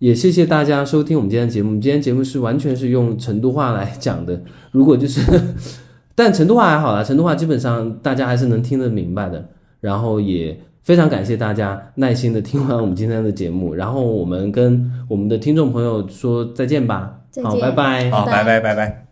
[SPEAKER 3] 也谢谢大家收听我们今天的节目。我们今天节目是完全是用成都话来讲的，如果就是， 但成都话还好啦，成都话基本上大家还是能听得明白的。然后也非常感谢大家耐心的听完我们今天的节目，然后我们跟我们的听众朋友说再见吧，
[SPEAKER 2] 再
[SPEAKER 3] 好，
[SPEAKER 2] 见
[SPEAKER 3] 嗯拜拜。
[SPEAKER 1] 好，拜拜拜拜。